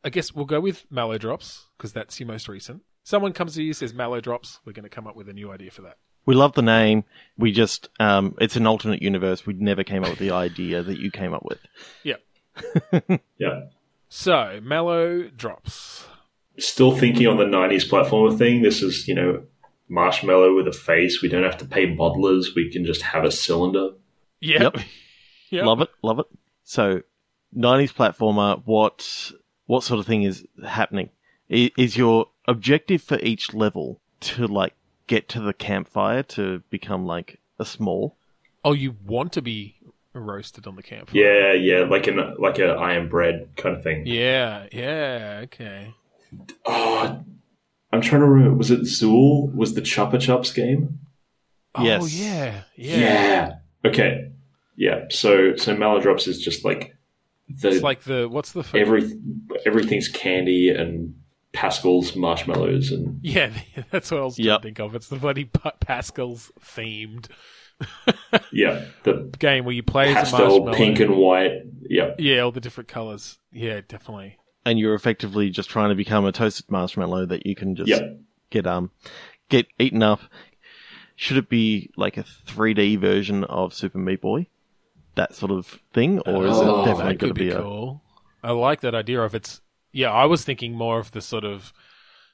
Speaker 2: I guess we'll go with Mallow Drops because that's your most recent. Someone comes to you says Mallow Drops. We're going to come up with a new idea for that.
Speaker 1: We love the name. We just, um, it's an alternate universe. We never came up with the idea that you came up with.
Speaker 3: Yeah.
Speaker 2: So Mallow Drops.
Speaker 3: Still thinking on the 90s platformer thing. This is, you know, marshmallow with a face. We don't have to pay modelers. We can just have a cylinder.
Speaker 2: Yep. Yep.
Speaker 1: Love it, love it. So, nineties platformer. What what sort of thing is happening? I- Is your objective for each level to like get to the campfire to become like a small?
Speaker 2: <laughs> Oh, you want to be roasted on the camp?
Speaker 3: Yeah, yeah, like an like a I am bread kind of thing.
Speaker 2: Yeah. Yeah. Okay.
Speaker 3: Oh, I'm trying to remember. Was it Zool? Was the Chupa Chups game?
Speaker 2: Oh
Speaker 1: Yes.
Speaker 2: yeah. Yeah.
Speaker 3: Yeah. Okay. Yeah. So so Malodrops is just like the
Speaker 2: It's like the what's the f-
Speaker 3: every everything's candy and Pascal's marshmallows and
Speaker 2: yeah <laughs> that's what I was trying
Speaker 1: Yep.
Speaker 2: to think of. It's the bloody Pa- Pascal's themed
Speaker 3: yeah the
Speaker 2: game where you play as a
Speaker 3: pastel
Speaker 2: marshmallow.
Speaker 3: pink and white. Yeah.
Speaker 2: yeah, all the different colors. Yeah, definitely.
Speaker 1: And you're effectively just trying to become a toasted marshmallow that you can just
Speaker 3: Yeah.
Speaker 1: get um get eaten up. Should it be like a 3D version of Super Meat Boy, that sort of thing, or is
Speaker 3: Oh,
Speaker 1: it definitely going
Speaker 2: that
Speaker 1: to
Speaker 2: could
Speaker 1: be,
Speaker 2: be,
Speaker 1: a
Speaker 2: cool. I like that idea of it's. Yeah, I was thinking more of the sort of,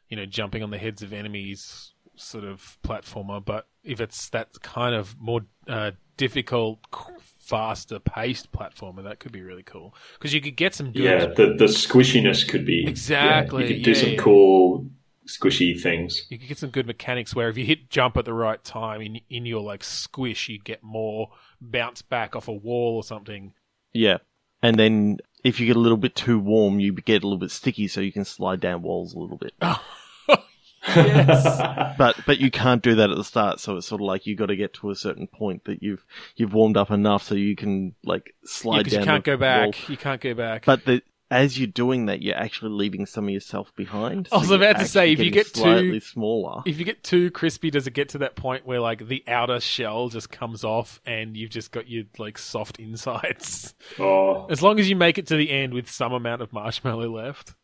Speaker 2: you know, jumping on the heads of enemies sort of platformer. But if it's that kind of more uh, difficult, c- faster paced platformer, that could be really cool because you could get some good.
Speaker 3: Yeah. The the squishiness could be yeah,
Speaker 2: Exactly,
Speaker 3: you could do
Speaker 2: yeah,
Speaker 3: some
Speaker 2: yeah.
Speaker 3: cool squishy things.
Speaker 2: You could get some good mechanics where if you hit jump at the right time in in your like squish, you get more bounce back off a wall or something.
Speaker 1: Yeah. And then if you get a little bit too warm, you get a little bit sticky, so you can slide down walls a
Speaker 2: <laughs>
Speaker 1: little bit.
Speaker 2: Yes.
Speaker 1: But but you can't do that at the start, so it's sort of like you got to get to a certain point that you've you've warmed up enough so you can like slide
Speaker 2: Because
Speaker 1: down.
Speaker 2: <laughs> you can't
Speaker 1: the
Speaker 2: go back.
Speaker 1: wall.
Speaker 2: You can't go back.
Speaker 1: But the, as you're doing that, you're actually leaving some of yourself behind.
Speaker 2: I was
Speaker 1: you're
Speaker 2: about to say,
Speaker 1: actually
Speaker 2: if you
Speaker 1: getting
Speaker 2: get too-
Speaker 1: slightly smaller,
Speaker 2: if you get too crispy, does it get to that point where like the outer shell just comes off and you've just got your like soft insides?
Speaker 3: <laughs>
Speaker 2: <laughs>
Speaker 3: Oh,
Speaker 2: As long as you make it to the end with some amount of marshmallow left,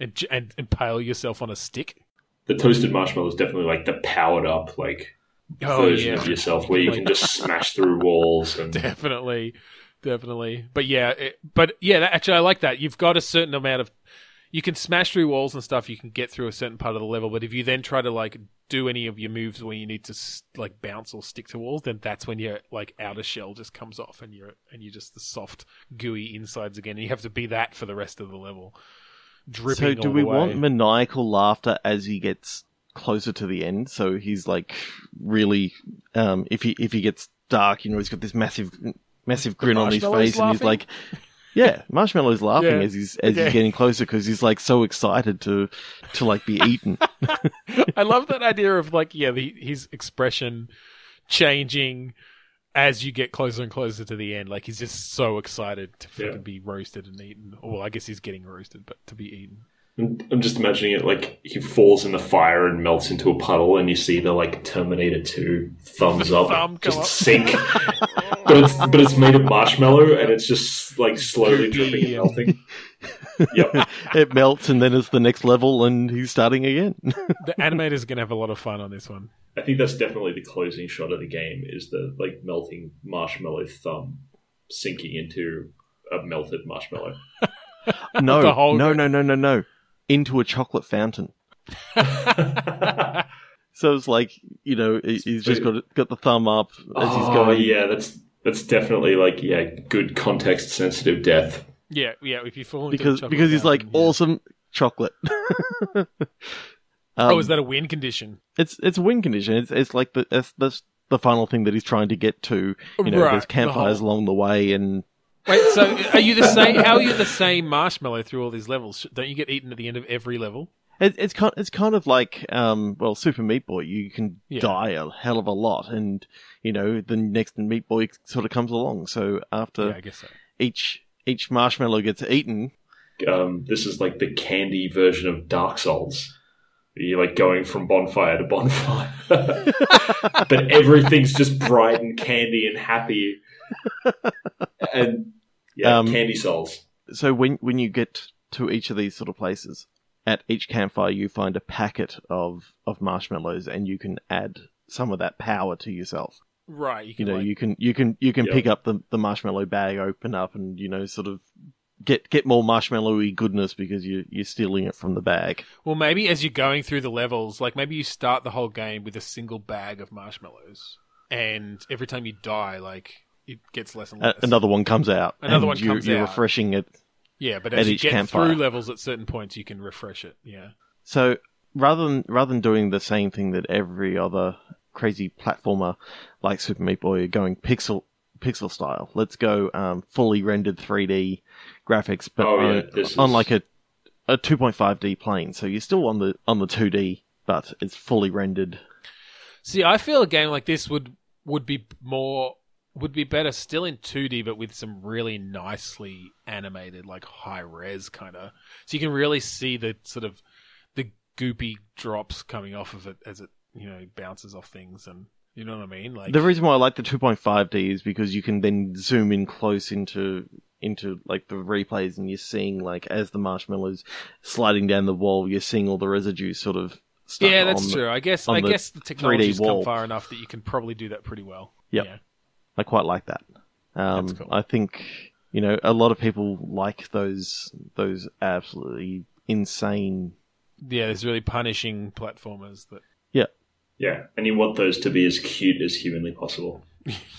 Speaker 2: and j- and impale yourself on a stick.
Speaker 3: the toasted marshmallow is definitely like the powered up like
Speaker 2: Oh,
Speaker 3: version of
Speaker 2: <laughs>
Speaker 3: yourself where you can just smash through walls and
Speaker 2: definitely, definitely. But yeah, it, but yeah, that, actually, I like that. You've got a certain amount of you can smash through walls and stuff. You can get through a certain part of the level, but if you then try to like do any of your moves where you need to s- like bounce or stick to walls, then that's when your like outer shell just comes off and you're and you're just the soft gooey insides again. And you have to be that for the rest of the level. Dripping
Speaker 1: so do
Speaker 2: all
Speaker 1: we
Speaker 2: the way.
Speaker 1: want maniacal laughter as he gets closer to the end? So he's like really, um, if he if he gets dark, you know, he's got this massive massive grin on his
Speaker 2: marshmallow's
Speaker 1: face, and he's
Speaker 2: laughing?
Speaker 1: like, yeah, marshmallow's laughing
Speaker 2: Yeah.
Speaker 1: as he's as
Speaker 2: Okay.
Speaker 1: he's getting closer because he's like so excited to to like be
Speaker 2: <laughs>
Speaker 1: eaten.
Speaker 2: I love that idea of like, yeah, the, his expression changing as you get closer and closer to the end. Like he's just so excited to
Speaker 3: Yeah.
Speaker 2: fucking be roasted and eaten. Or, Well, I guess he's getting roasted, but to be eaten.
Speaker 3: I'm I'm just imagining it like he falls in the fire and melts into a puddle, and you see the like Terminator Two thumbs up
Speaker 2: Thumb go
Speaker 3: just
Speaker 2: up.
Speaker 3: sink,
Speaker 2: <laughs>
Speaker 3: but it's but it's made of marshmallow and it's just like slowly
Speaker 2: Goopy
Speaker 3: dripping
Speaker 2: and-
Speaker 3: and melting. yep.
Speaker 1: <laughs> it melts, and then it's the next level, and he's starting again. <laughs>
Speaker 2: The animator's going to have a lot of fun on this one.
Speaker 3: I think that's definitely the closing shot of the game is the like melting marshmallow thumb sinking into a melted
Speaker 2: <laughs>
Speaker 3: marshmallow.
Speaker 1: no,
Speaker 2: The whole-
Speaker 1: no, no, no, no, no, into a chocolate fountain. So it's like you know he- he's just got got the thumb up as he's
Speaker 3: oh
Speaker 1: going.
Speaker 3: yeah, that's that's definitely like yeah, good context sensitive death.
Speaker 2: Yeah, yeah. If you fall into
Speaker 1: because
Speaker 2: the chocolate
Speaker 1: because he's like
Speaker 2: fountain, yeah.
Speaker 1: awesome chocolate. <laughs> um,
Speaker 2: oh, is that a win condition?
Speaker 1: It's it's a win condition. It's it's like the that's, that's the final thing that he's trying to get to. You know,
Speaker 2: Right,
Speaker 1: there's
Speaker 2: the
Speaker 1: campfires
Speaker 2: whole-
Speaker 1: along the way, and
Speaker 2: Wait, so are you the same? How are you the same marshmallow through all these levels? Don't you get eaten at the end of every level?
Speaker 1: It, it's kind it's kind of like um well Super Meat Boy you can
Speaker 2: Yeah.
Speaker 1: die a hell of a lot and you know the next Meat Boy sort of comes along so after
Speaker 2: yeah, I guess so.
Speaker 1: each each marshmallow gets eaten
Speaker 3: Um, this is like the candy version of Dark Souls. You're like going from bonfire to bonfire, <laughs> but everything's just bright and candy and happy. And yeah,
Speaker 1: Um,
Speaker 3: candy souls.
Speaker 1: so when when you get to each of these sort of places at each campfire you find a packet of of marshmallows and you can add some of that power to yourself
Speaker 2: Right, you
Speaker 1: you
Speaker 2: can
Speaker 1: know
Speaker 2: like,
Speaker 1: you can you can you can
Speaker 3: Yeah.
Speaker 1: pick up the, the marshmallow bag open up and you know sort of get get more marshmallowy goodness because you you're stealing it from the bag
Speaker 2: Well, maybe as you're going through the levels, like maybe you start the whole game with a single bag of marshmallows, and every time you die, like it gets less and
Speaker 1: A-
Speaker 2: less.
Speaker 1: another one comes out.
Speaker 2: Another
Speaker 1: and
Speaker 2: one
Speaker 1: you,
Speaker 2: comes
Speaker 1: you're
Speaker 2: out.
Speaker 1: refreshing it.
Speaker 2: yeah, but
Speaker 1: at
Speaker 2: as you
Speaker 1: each
Speaker 2: get
Speaker 1: campfire.
Speaker 2: through levels at certain points, you can refresh it. Yeah,
Speaker 1: So rather than rather than doing the same thing that every other crazy platformer like Super Meat Boy are going pixel pixel style. Let's go um, fully rendered 3D graphics, but
Speaker 3: Oh, yeah,
Speaker 1: on,
Speaker 3: this
Speaker 1: on
Speaker 3: is-
Speaker 1: like a a 2.5D plane. So you're still on the on the 2D, but it's fully rendered.
Speaker 2: See, I feel a game like this would would be more would be better still in 2D, but with some really nicely animated, like high res kind of. So you can really see the sort of the goopy drops coming off of it as it you know bounces off things, and you know what I mean. Like
Speaker 1: the reason why I like the 2.5D is because you can then zoom in close into into like the replays and you're seeing like as the marshmallows sliding down the wall, you're seeing all the residue sort of stuff.
Speaker 2: yeah, that's
Speaker 1: on the-
Speaker 2: true. I guess
Speaker 1: on
Speaker 2: I
Speaker 1: the
Speaker 2: guess the technology's come
Speaker 1: wall.
Speaker 2: far enough that you can probably do that pretty well.
Speaker 1: Yep.
Speaker 2: Yeah.
Speaker 1: I quite like that. Um,
Speaker 2: That's cool.
Speaker 1: I think you know a lot of people like those those absolutely insane.
Speaker 2: Yeah, there's really punishing platformers that. <laughs>
Speaker 3: Yeah, and you want those to be as cute as humanly possible.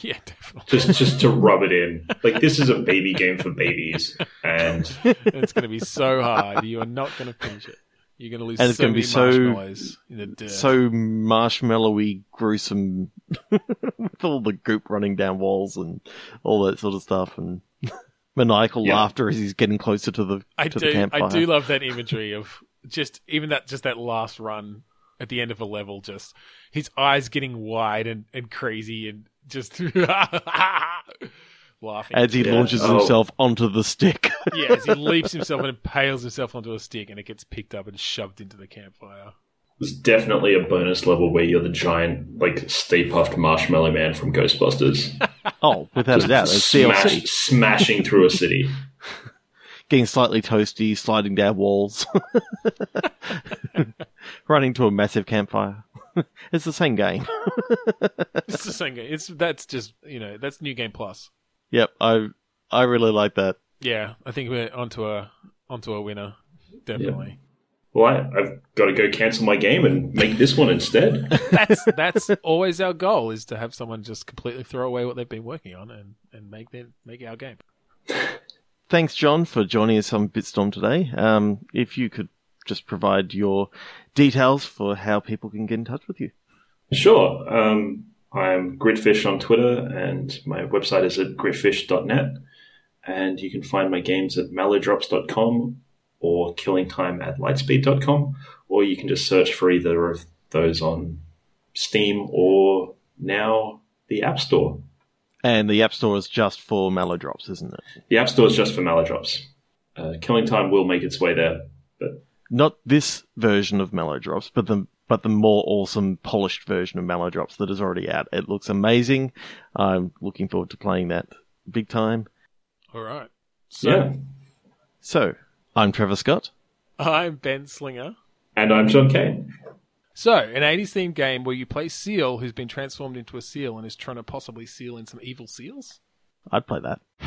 Speaker 2: yeah,
Speaker 1: <laughs>
Speaker 2: definitely.
Speaker 3: Just just to rub it in. Like this is a baby game for babies, and
Speaker 2: it's going to be so hard. You are not going to finish it. You're going to lose
Speaker 1: And it's
Speaker 2: so
Speaker 1: gonna
Speaker 2: many
Speaker 1: be so-
Speaker 2: marshmallows in the dirt.
Speaker 1: So marshmallowy, gruesome, <laughs> with all the goop running down walls and all that sort of stuff, and <laughs> maniacal
Speaker 3: Yeah.
Speaker 1: laughter as he's getting closer to the
Speaker 2: I
Speaker 1: to
Speaker 2: do.
Speaker 1: the campfire.
Speaker 2: I do love that imagery of just even that just that last run at the end of a level. Just his eyes getting wide and, and crazy and just <laughs> laughing
Speaker 1: as he
Speaker 3: Yeah.
Speaker 1: launches
Speaker 3: Oh.
Speaker 1: himself onto the stick. <laughs>
Speaker 2: yeah, as he leaps himself and impales himself onto a stick, and it gets picked up and shoved into the campfire. <laughs>
Speaker 3: There's definitely a bonus level where you're the giant, like stay puffed marshmallow man from Ghostbusters,
Speaker 1: oh, without a doubt, it's
Speaker 3: Smash,
Speaker 1: DLC.
Speaker 3: smashing through a city.
Speaker 1: Getting slightly toasty, sliding down
Speaker 3: <laughs>
Speaker 1: walls, <laughs> running to a massive campfire. <laughs> it's the same game.
Speaker 2: It's the same game. It's that's just you know that's new game plus.
Speaker 1: Yep, I I really like that.
Speaker 2: Yeah, I think we're onto a onto a winner. Definitely.
Speaker 3: Well, I, I've got to go cancel my game and make this one instead.
Speaker 2: That's that's always our goal is to have someone just completely throw away what they've been working on and and make their make our game.
Speaker 1: Thanks, John, for joining us on Bitstorm today. Um, if you could just provide your details for how people can get in touch with you.
Speaker 3: Sure. Um, I'm Gridfish on Twitter, and my website is at gridfish.net. And you can find my games at mallowdrops.com or killingtime at lightspeed.com, or you can just search for either of those on Steam or now the App Store.
Speaker 1: And the App Store is just for Malodrops, isn't it?
Speaker 3: The App Store is just for mallowdrops. Uh, Killing Time will make its way there, but
Speaker 1: Not this version of Malodrops, but the but the more awesome, polished version of Malodrops that is already out. It looks amazing. I'm looking forward to playing that big time.
Speaker 2: All right. So
Speaker 3: yeah.
Speaker 1: So, I'm Trevor Scott.
Speaker 2: I'm Ben Slinger.
Speaker 3: And I'm John Kane.
Speaker 2: So, an 80s themed game where you play Seal, who's been transformed into a seal and is trying to possibly seal in some evil seals?
Speaker 1: I'd play that.